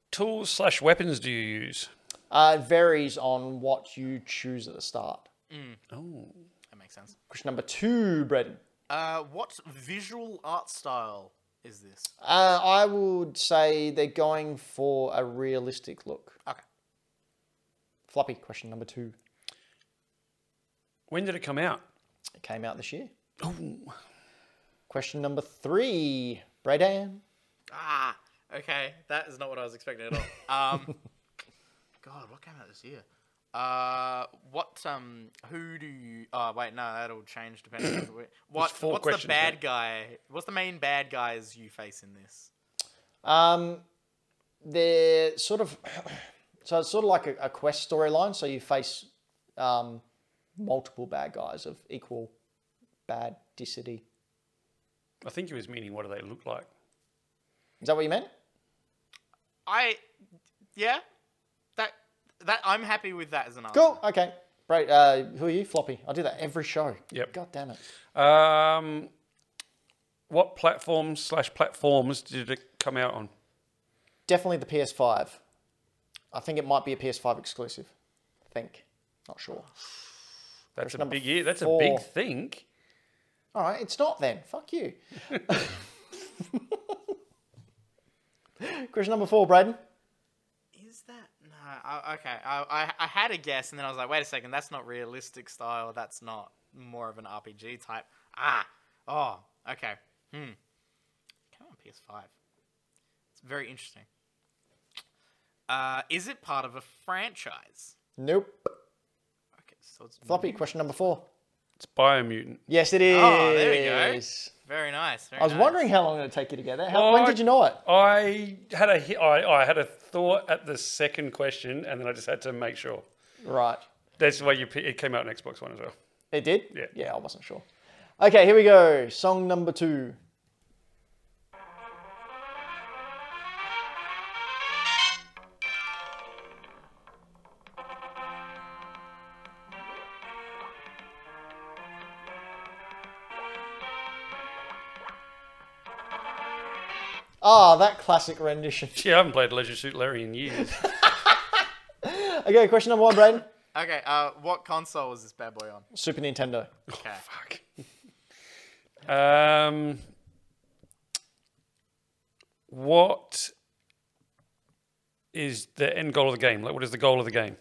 tools slash weapons do you use?
Uh, it varies on what you choose at the start.
That makes sense.
Question number two, Brendan.
Uh, what visual art style is this?
Uh, I would say they're going for a realistic look.
Okay.
Floppy, question number two.
When did it come out?
It came out this year. Question number three, Bradan.
Ah, okay. That is not what I was expecting at all. Um, God, what came out this year? Uh, what um, who do you? Oh, wait, no, that'll change depending on wh- what.
four
What's the
questions,
bad
right?
guy? What's the main bad guys you face in this?
Um, they're sort of, so it's sort of like a, a quest storyline. So you face um, multiple bad guys of equal bad dissity.
I think he was meaning what do they look like?
Is that what you meant?
I, yeah, that that I'm happy with that as an answer.
Cool. Okay. Right. Uh, who are you, Floppy? I do that every show.
Yep.
God damn it.
Um, what platforms slash platforms did it come out on?
Definitely the PS5. I think it might be a PS5 exclusive. I think. Not sure.
That's a
number
big year. That's
four.
a big thing.
All right. It's not then. Fuck you. Question number four, Braden.
Is that no? I, okay, I, I I had a guess and then I was like, wait a second, that's not realistic style. That's not more of an RPG type. Ah, oh, okay. Hmm. Come on, PS5. It's very interesting. Uh, is it part of a franchise?
Nope.
Okay, so it's
Floppy. Question number four.
It's Biomutant.
Yes, it is.
Oh, there we go. very nice. Very
I was
nice. Oh,
wondering how long it'd take you to get there. How, when
I-
did you know it?
I had a hi- I, I had a thought at the second question, and then I just had to make sure.
Right.
That's why you. p- It came out on Xbox One as well.
It did?
Yeah.
Yeah, I wasn't sure. Okay, here we go. Song number two. Ah, that classic rendition.
Yeah, I haven't played Leisure Suit Larry in years.
Okay, question number one, Braden.
Okay, uh, what console was this bad boy on?
Super Nintendo.
Okay.
Fuck. Um, what is the end goal of the game? Like, what is the goal of the game?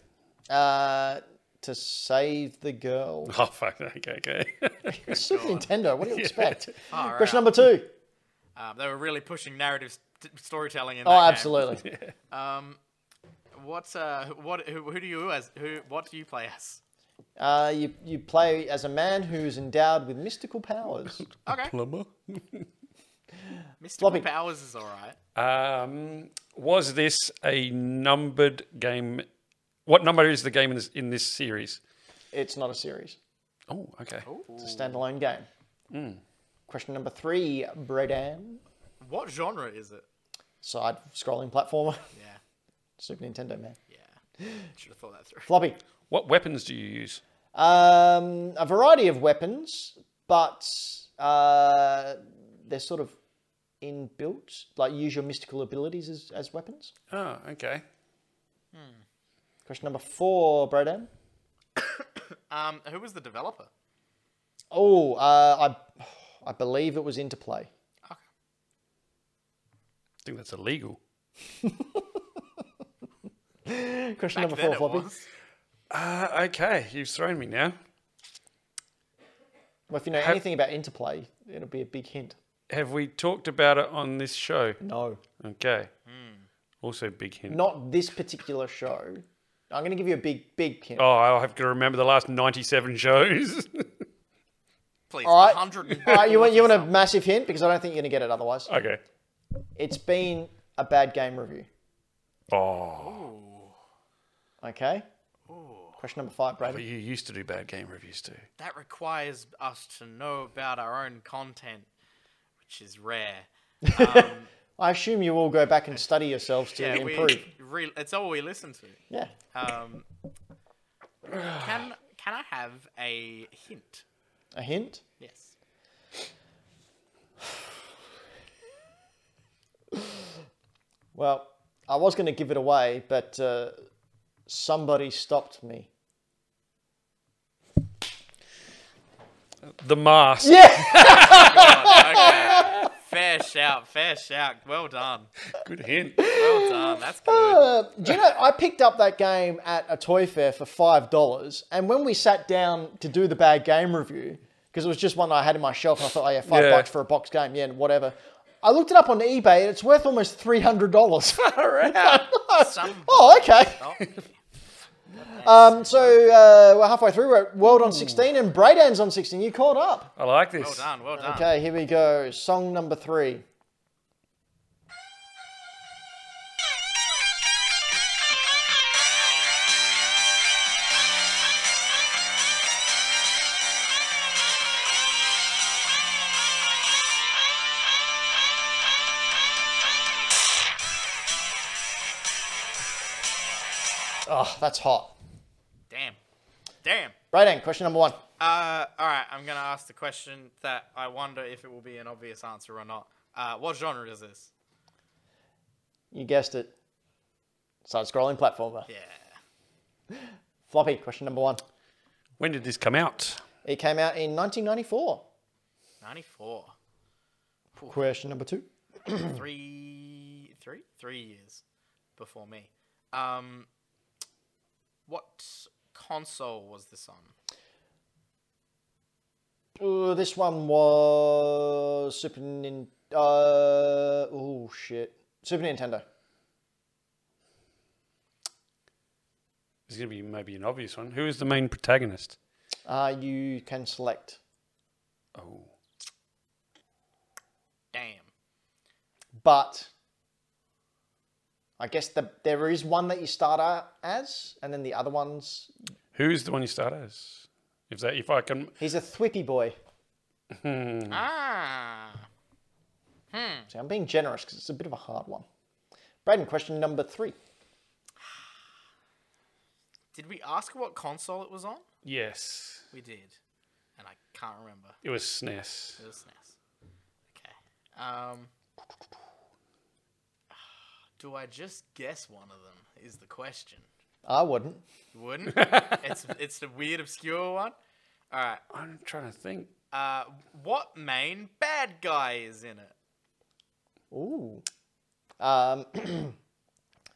Uh, to save the girl.
Oh fuck. Okay, okay.
Super Nintendo. What do you expect?
Far
Question
out.
number two.
Um, they were really pushing narrative st- storytelling in.
Oh,
that game.
absolutely.
Um, what's uh, what? Who, who do you as? Who? What do you play as?
Uh, you, you play as a man who is endowed with mystical powers.
Okay.
Plumber.
Mystical
Floppy.
Powers is all right.
Um, was this a numbered game? What number is the game in this, in this series?
It's not a series,
Oh, okay.
it's a standalone game. Question number three, Bredan.
What genre is it?
Side scrolling platformer.
Yeah.
Super Nintendo, man.
Yeah. Should have thought that through.
Floppy.
What weapons do you use?
Um, a variety of weapons, but uh, they're sort of inbuilt. Like, use your mystical abilities as, as weapons.
Oh, okay.
Question number four, Brodan.
Um, who was the developer?
Oh, uh, I, I believe it was Interplay.
I think that's illegal.
Question number four,
Then it
Floppy.
was.
Uh, okay, you've thrown me now.
Well, if you know anything about Interplay, it'll be a big hint.
Have we talked about it on this show?
No.
Okay. Hmm. Also, big hint.
Not this particular show. I'm going to give you a big, big hint.
Oh, I'll have to remember the last 97 shows.
Please.
All right.
100.
All right, you want, you want a massive hint? Because I don't think you're going to get it otherwise.
okay.
It's been a bad game review.
Oh,
Okay? Question number five,
but
Brady.
you used to do bad game reviews too.
That requires us to know about our own content, which is rare. Um,
I assume you all go back and study yourselves to
yeah,
improve.
we, re- it's all we listen to.
Yeah.
Um, can can I have a hint?
A hint?
Yes.
Well, I was going to give it away, but uh, somebody stopped me.
The Mask.
Yeah!
God, okay. fair shout, fair shout. Well done.
Good hint.
Well done. That's good.
Uh, do you know, I picked up that game at a toy fair for $5. And when we sat down to do the bad game review, because it was just one I had in my shelf, and I thought, oh, yeah, five
Yeah.
bucks for a box game, yeah, and whatever. I looked it up on eBay, and it's worth almost $300.
Some-
oh, okay.
Oh,
Um, so uh, we're halfway through. We're at World on 16 and Braydan's on 16. You caught up.
I like this.
well done. Well done.
Okay, here we go. Song number three. Oh, that's hot.
Damn. Damn.
Braydan, question number one.
Uh, all right. I'm gonna ask the question that I wonder if it will be an obvious answer or not. Uh, what genre is this?
You guessed it. Side scrolling platformer.
Yeah.
Floppy, question number one.
When did this come out?
It came out in 1994.
94.
Question number two.
three, three, three years before me. Um, what console was this on?
Ooh, this one was Super Nintendo. Uh, oh, shit. Super Nintendo.
It's going to be maybe an obvious one. Who is the main protagonist?
Uh, you can select.
Oh.
Damn.
But I guess the, there is one that you start out as, and then the other ones.
Who's the one you start as? If that, if I can,
He's a thwippy boy.
Ah.
See, I'm being generous because it's a bit of a hard one. Braden, question number three.
Did we ask what console it was on?
yes,
We did, and I can't remember.
it was SNES.
It was SNES. Okay. Um. Do I just guess one of them? Is the question.
I wouldn't.
You wouldn't? it's it's the weird, obscure one. All right.
I'm trying to think.
Uh, what main bad guy is in it?
Ooh. Um,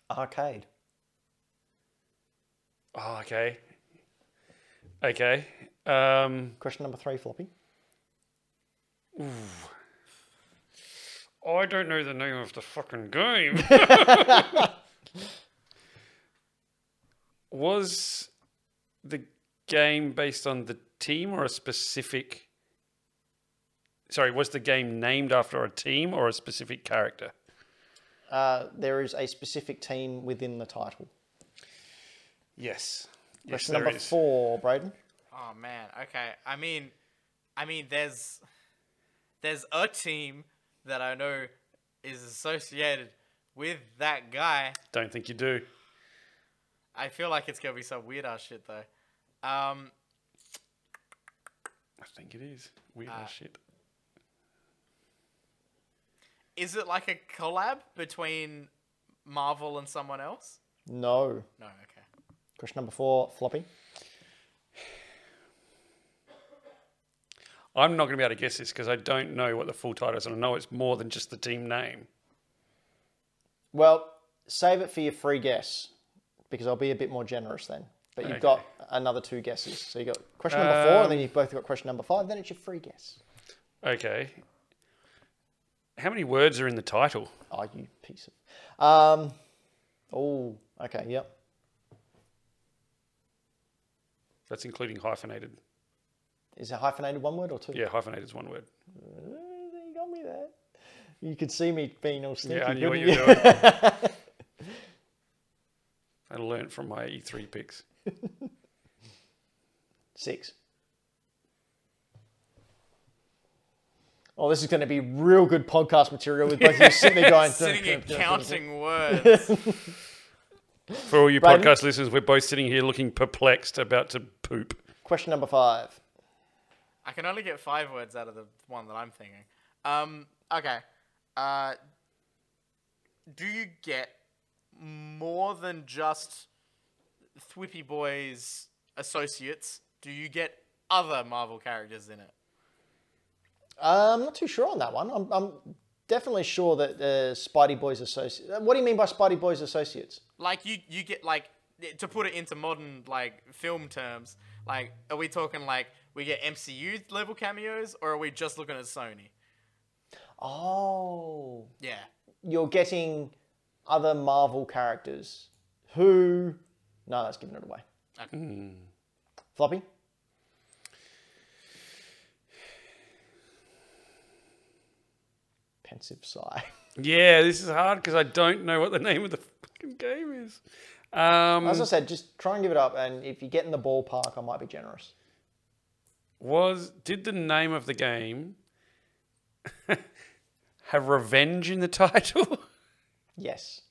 arcade.
Oh, okay, okay. Um,
Question number three, Floppy.
Oh, I don't know the name of the fucking game. was the game based on the team or a specific? Sorry, was the game named after a team or a specific character?
Uh, there is a specific team within the title.
Yes. Yes,
Question
there
number
is.
four, Braden.
Oh man. Okay. I mean, I mean, there's there's a team that I know is associated with that guy.
Don't think you do.
I feel like it's gonna be some weird ass shit though. Um,
I think it is. Weird
Ah.
as shit.
is it like a collab between Marvel and someone else?
No.
No. Okay.
Question number four, floppy.
I'm not going to be able to guess this because I don't know what the full title is, and I know it's more than just the team name.
Well, save it for your free guess because I'll be a bit more generous then. But you've
Okay. Um,
got another two guesses. So you've got question number four, and then you've both got question number five. Then it's your free guess.
Okay. How many words are in the title?
Oh, you piece of. Um, oh, okay, yep.
That's including hyphenated.
Is it hyphenated one word or two?
Yeah, hyphenated is one word.
Uh, you got me there. You could see me being all sneaky.
Yeah, I knew what
couldn't
you were doing. I learned from my E3 picks.
Six. Oh, this is going to be real good podcast material with both of you sitting there going.
Sitting here counting words.
For all you
Brayden?
podcast listeners, we're both sitting here looking perplexed, about to poop.
Question number five.
I can only get five words out of the one that I'm thinking. Um, okay. Uh, do you get more than just Thwippy Boy's associates? Do you get other Marvel characters in it?
Uh, I'm not too sure on that one. I'm, I'm definitely sure that uh, Spidey Boy's associates. What do you mean by Spidey Boy's associates?
Like you, you get like to put it into modern like film terms. Like, are we talking like we get MCU level cameos, or are we just looking at Sony?
Oh,
Yeah.
you're getting other Marvel characters who. No, that's giving it away. Hmm.
Okay.
Floppy? Pensive sigh.
Yeah, this is hard because I don't know what the name of the fucking game is. Um,
As I said, just try and give it up, and if you get in the ballpark, I might be generous.
was did the name of the game have revenge in the title?
Yes.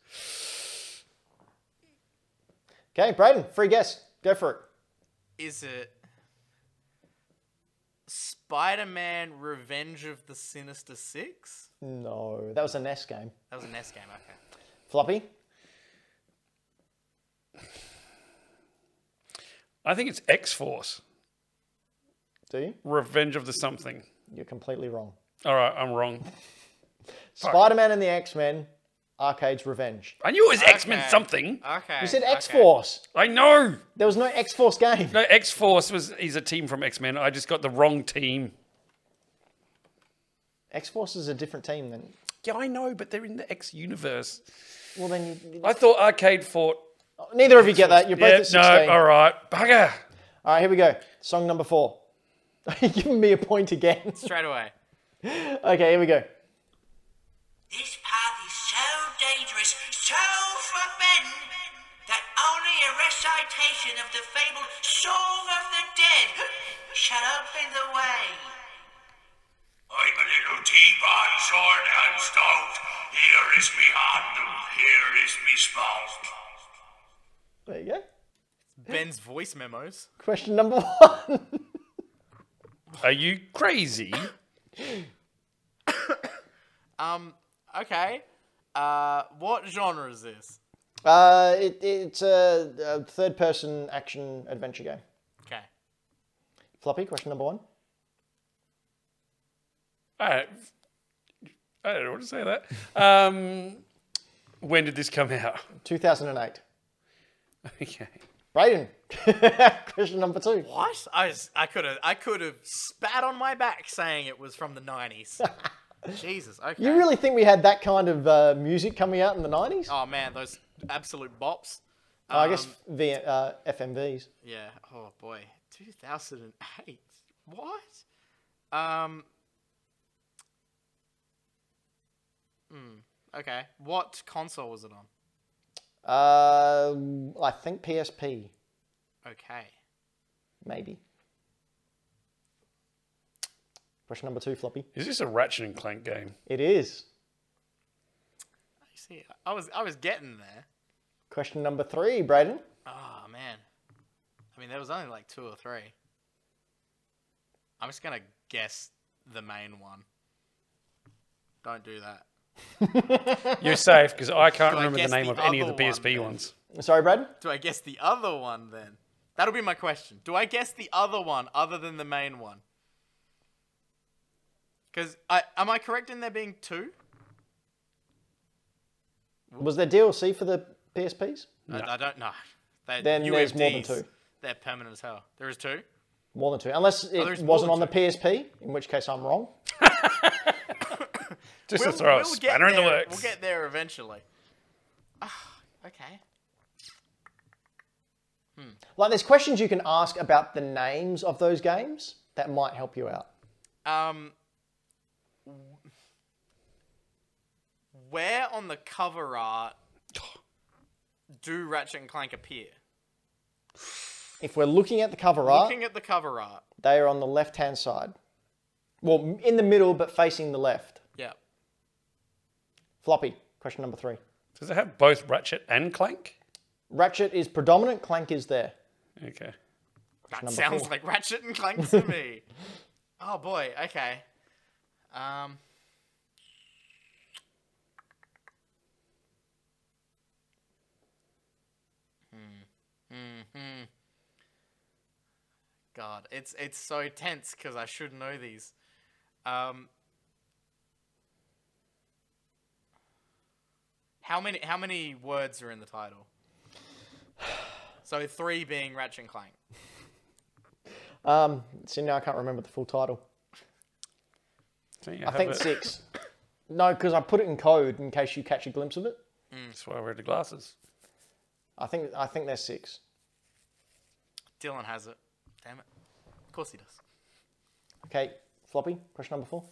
Okay, Braden, free guess. Go for it.
is it Spider-Man: Revenge of the Sinister Six?
No, that was an S game.
That was an S game. Okay.
Floppy?
I think it's X Force,
Do you?
Revenge of the Something.
You're completely wrong.
All right, I'm wrong.
Spider Man and the X Men, Arcade's Revenge.
I knew it was X Men
Okay.
something.
Okay.
You said
okay.
X Force.
I know.
There was no X Force game.
No, X Force was is a team from X Men. I just got the wrong team.
X Force is a different team than.
Yeah, I know, but they're in the X universe.
Well, then you,
I thought Arcade fought.
neither of you get that. You're both
Yeah,
at 16.
no,
all,
all
right.
right, bugger.
here we go. Song number four. You're giving me a point again.
Straight away.
okay, here we go.
This path is so dangerous, so forbidden, that only a recitation of the fabled Song of the Dead shall open the way. I'm a little teapot, short and stout. Here is me hand, here is me spout.
There you go.
Ben's voice memos.
Question number one.
Are you crazy?
Um. Okay. Uh. What genre is this?
Uh, it, it's a, a third person action adventure game.
Okay.
Floppy, question number one.
I, I don't know what to say to that. Um, when did this come out?
2008.
Okay.
Brayden, question number two.
What? I was, I could have I could have spat on my back saying it was from the nineties. Jesus. Okay.
You really think we had that kind of uh, music coming out in the 90s?
Oh man, those absolute bops. Um,
I guess v- uh, FMVs.
Yeah. Oh boy. 2008. What? Um. Hmm. Okay. What console was it on?
Uh, I think PSP,
Okay.
maybe. Question number two, floppy.
Is this a Ratchet and Clank game?
It is.
I see. I was I was getting there.
Question number three, Braden.
Oh man. I mean, there was only like two or three. I'm just gonna guess the main one. Don't do that.
You're safe because I can't
Do I
remember the
guess
name
the
of any of the
other one
PSP
then?
ones.
Sorry, Braden.
Do I guess the other one then? That'll be my question. Do I guess the other one other than the main one? Because I am I correct in there being two?
Was there DLC for the PSPs?
I, I don't know. They're
Then there's more than
UFDs.
two.
They're permanent as hell. There is two.
More than two, unless it
Oh, there's more
wasn't on
than
the PSP, in which case I'm wrong.
Just to throw a
get
spanner in the
there-
works.
We'll get there eventually. Ah, okay.
Like, there's questions you can ask about the names of those games that might help you out.
Um, w- where on the cover art do Ratchet and Clank appear?
If we're looking at the cover art,
Looking at the cover art.
they are on the left hand side. Well, m- in the middle, but facing the left.
Yeah.
Floppy, question number three.
Does it have both Ratchet and Clank?
Ratchet is predominant, Clank is there.
Okay.
That
number
sounds
four.
like Ratchet and Clank to me. oh boy. Okay. Um. Hmm. Hmm. hmm. God, it's it's so tense because I should know these. Um. How many how many words are in the title? So three being Ratchet and Clank.
Um, see, now I can't remember the full title.
See,
I think six. No, because I put it in code in case you catch a glimpse of it.
That's why I wear the glasses.
I think I think there's six.
Dylan has it. Damn it. Of course he does.
Okay, floppy. Question number four.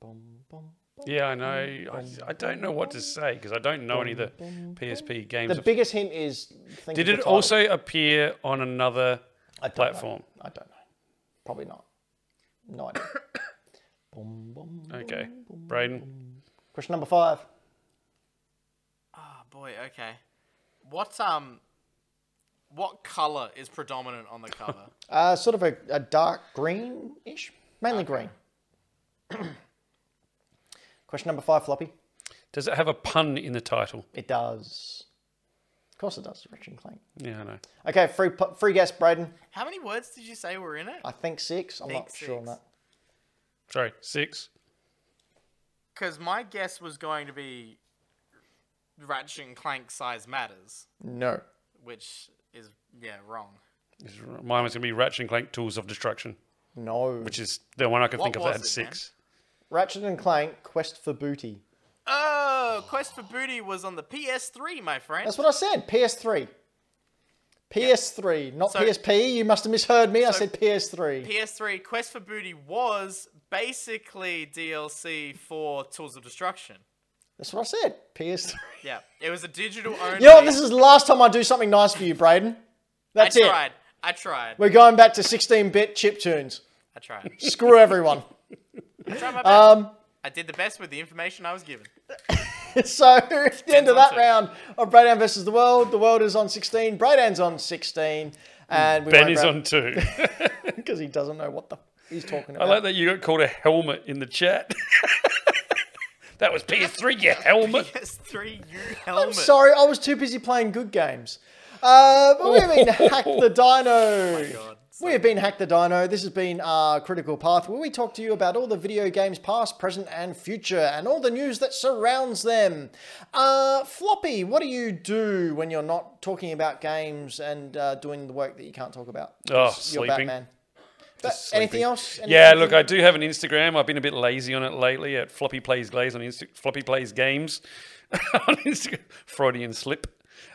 Bum, bum.
Yeah, I know.
Mm.
I, I don't know what to say because I don't know any of the PSP games.
The biggest hint is. Think
Did
of the
it
title.
also appear on another
I don't know.
platform?
I don't know. Probably not. No idea. Bum, bum.
Okay. Braden.
Question number five.
Oh boy, okay. What um what colour is predominant on the cover?
Uh, sort of a, a dark green-ish, mainly green. Question number five, floppy.
Does it have a pun in the title?
It does. Of course it does, Ratchet and Clank.
Yeah, I know.
Okay, free pu- free guess, Braden.
How many words did you say were in it?
I think six. I'm
Think
not sure on
six.
that.
Sorry, six.
Because my guess was going to be Ratchet and Clank size matters,
No.
which is yeah, wrong.
Is- Mine was going to be Ratchet and Clank Tools of Destruction,
No.
which is the one I could
What
think of that
was
had
it, man?
six.
Ratchet and Clank Quest for Booty.
Oh, Quest for Booty was on the PS3, my friend.
That's what I said. PS3. PS3, not
So-
PSP. You must have misheard me. I said PS3.
PS3 Quest for Booty was basically DLC for Tools of Destruction.
That's what I said. PS3.
Yeah, it was a digital only.
You know what? This is the last time I do something nice for you, Braden. That's
I
it.
tried. I tried.
We're going back to 16-bit chiptunes.
I tried.
Screw everyone.
I tried my best. Um, I did the best with the information I was given.
So at the end of
Depends
that
on two.
round of Bradan versus the world, the world is on 16, Bradan's on 16, and we
Hmm. Ben is on two.
because he doesn't know what the he's talking
I
about.
like that you got called a helmet in the chat. that was PS3, you helmet.
PS3 U helmet.
I'm sorry, I was too busy playing good games. Uh, but we've been hack the
Oh
dino.
God, so
we have been hack the dino. This has been our critical path, where we talk to you about all the video games, past, present, and future, and all the news that surrounds them. Uh, Floppy, what do you do when you're not talking about games and uh, doing the work that you can't talk about?
Oh,
You're
sleeping.
Batman.
Just
But anything
sleeping.
else? Any-
Yeah,
anything-
look, I do have an Instagram. I've been a bit lazy on it lately at Floppy Plays Glaze on Insta- Floppy Plays Games on Instagram. Freudian slip.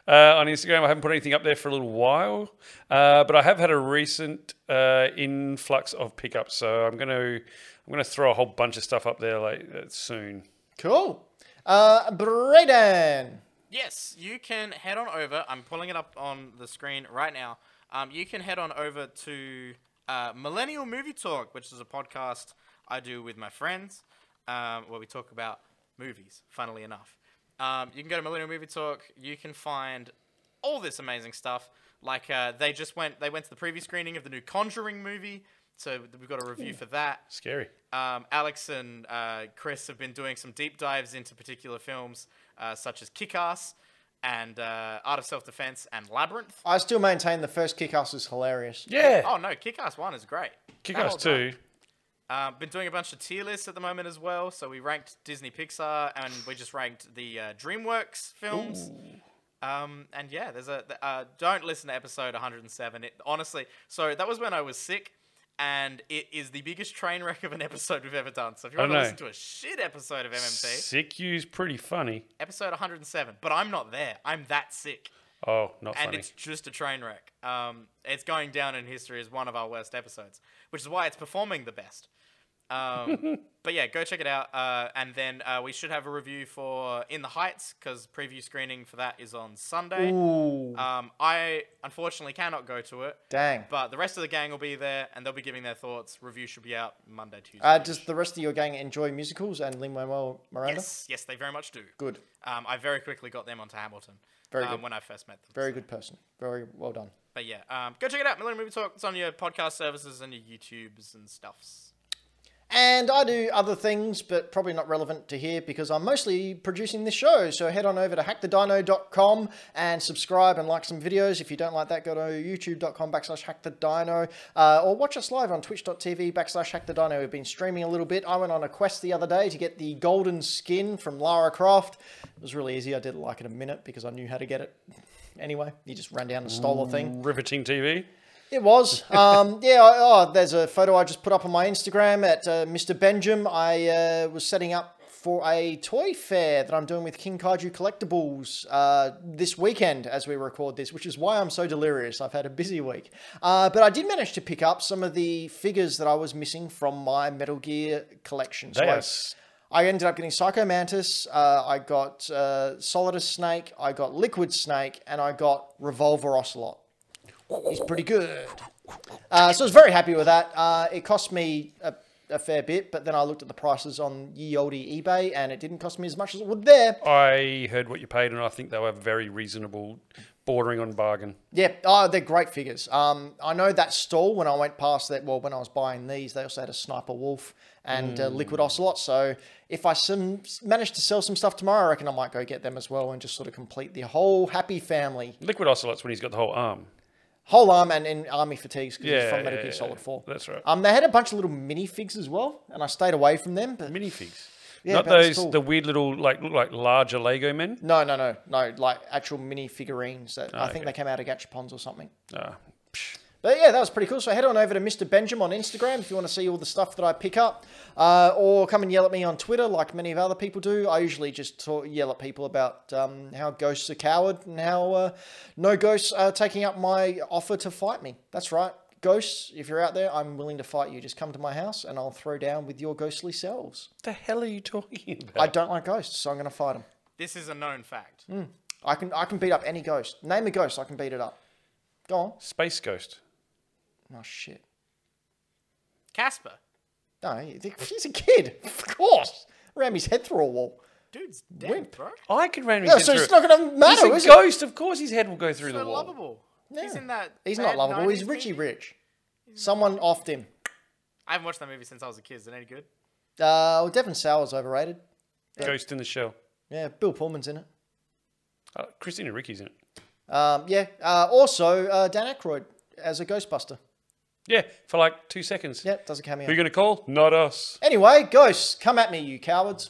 Uh, on Instagram, I haven't put anything up there for a little while, uh, but I have had a recent uh, influx of pickups, so I'm going to I'm going to throw a whole bunch of stuff up there like uh, soon.
Cool. Uh, Braden.
Yes, you can head on over. I'm pulling it up on the screen right now. Um, you can head on over to uh, Millennial Movie Talk, which is a podcast I do with my friends um, where we talk about movies, funnily enough. Um, you can go to Millennial Movie Talk. You can find all this amazing stuff. Like uh, they just went, they went to the preview screening of the new Conjuring movie, so we've got a review for that
Scary.
um, Alex and uh, Chris have been doing some deep dives into particular films uh, such as Kick-Ass and uh, Art of Self-Defense and Labyrinth.
I still maintain the first kick ass is hilarious.
Yeah.
Oh no, Kick-Ass one is great.
Kick
That
ass
holds up.
too.
Uh, been doing a bunch of tier lists at the moment as well. So we ranked Disney Pixar and we just ranked the uh, DreamWorks films. Um, and yeah, there's a th- uh, don't listen to episode 107. It honestly, so that was when I was sick, and it is the biggest train wreck of an episode we've ever done. So if you
I
want to
know.
listen to a shit episode of MMT,
Sick you's pretty funny.
episode 107 but i'm not there i'm that sick
Oh, not
and
funny.
it's just a train wreck um, it's going down in history as one of our worst episodes which is why it's performing the best um, but yeah go check it out uh, and then uh, we should have a review for in the heights because preview screening for that is on sunday
Ooh,
um, i unfortunately cannot go to it
dang.
but the rest of the gang will be there and they'll be giving their thoughts review should be out monday tuesday
Uh, does the rest of your gang enjoy musicals and Lin Manuel Miranda?
yes yes they very much do
Good.
um, i very quickly got them onto hamilton
Very
um,
good.
when i first met them
Very good person. Very well done.
But yeah, um, go check it out. Millennium Movie Talk. It's on your podcast services and your YouTubes and stuffs.
And I do other things, but probably not relevant to here because I'm mostly producing this show. So head on over to hackthedino.com and subscribe and like some videos. If you don't like that, go to youtube.com backslash hackthedino uh, or watch us live on twitch.tv backslash hackthedino. We've been streaming a little bit. I went on a quest the other day to get the golden skin from Lara Croft. It was really easy. I did it like in a minute because I knew how to get it. Anyway, you just ran down and stole a thing.
Riveting TV.
It was. Um, yeah, I- oh, there's a photo I just put up on my Instagram at uh, Mr. Benjamin. I uh, was setting up for a toy fair that I'm doing with King Kaiju Collectibles uh, this weekend as we record this, which is why I'm so delirious. I've had a busy week. Uh, but I did manage to pick up some of the figures that I was missing from my Metal Gear collection. So
They
I-
are s-
I ended up getting Psycho Mantis, uh, I got uh, Solidus Snake, I got Liquid Snake, and I got Revolver Ocelot. He's pretty good. Uh, so I was very happy with that. Uh, it cost me a, a fair bit, but then I looked at the prices on ye olde eBay, and it didn't cost me as much as it would there.
I heard what you paid, and I think they were very reasonable, bordering on bargain.
Yeah, oh, they're great figures. Um, I know that stall when I went past that. Well, when I was buying these, they also had a sniper wolf and uh, liquid ocelot. So if I some, manage to sell some stuff tomorrow, I reckon I might go get them as well and just sort of complete the whole happy family,
Liquid ocelots when he's got the whole arm.
whole arm and, and army fatigues because
Yeah,
it's from Metal
yeah,
Gear
yeah,
Solid Four.
that's right.
Um, they had a bunch of little minifigs as well, and I stayed away from them. But
Minifigs.
Yeah,
Not
but it's
those,
cool.
the weird little, like, look like larger Lego men.
no, no, no, no, like actual mini figurines that I
Ah,
think
okay.
they came out of Gachapons or something.
Ah,
But yeah, that was pretty cool. So head on over to Mr. Benjamin on Instagram if you want to see all the stuff that I pick up, uh, or come and yell at me on Twitter like many of other people do. I usually just talk, yell at people about um, how ghosts are coward and how uh, no ghosts are taking up my offer to fight me. That's right, ghosts. If you're out there, I'm willing to fight you. Just come to my house and I'll throw down with your ghostly selves.
what the hell are you talking about?
I don't like ghosts, so I'm going to fight them.
This is a known fact.
Hmm. I can I can beat up any ghost. Name a ghost, I can beat it up. Go on.
Space Ghost.
Oh shit.
Casper,
No, he- he's a kid. Of course. Ram his head through a wall.
dude's dead,
Wimp.
bro.
I could randomly.
Yeah,
get
so
through
it's
it.
not going to matter,
He's
is
a
it?
ghost, of course. His head will go through
So
the wall.
lovable. He's
Yeah.
in that.
He's
bad
not lovable.
90s
He's
movie.
Richie Rich. Someone offed him.
I haven't watched that movie since I was a kid. Is it any good?
Uh, well, Devin Sauer's overrated.
Ghost in the Shell.
Yeah, Bill Pullman's in it.
Uh, Christina Ricci's in it.
Um, yeah. Uh, also, uh, Dan Aykroyd as a Ghostbuster.
Yeah, for like two seconds.
Yeah, does a cameo.
Who you going to call? Not us.
Anyway, ghosts, come at me, you cowards.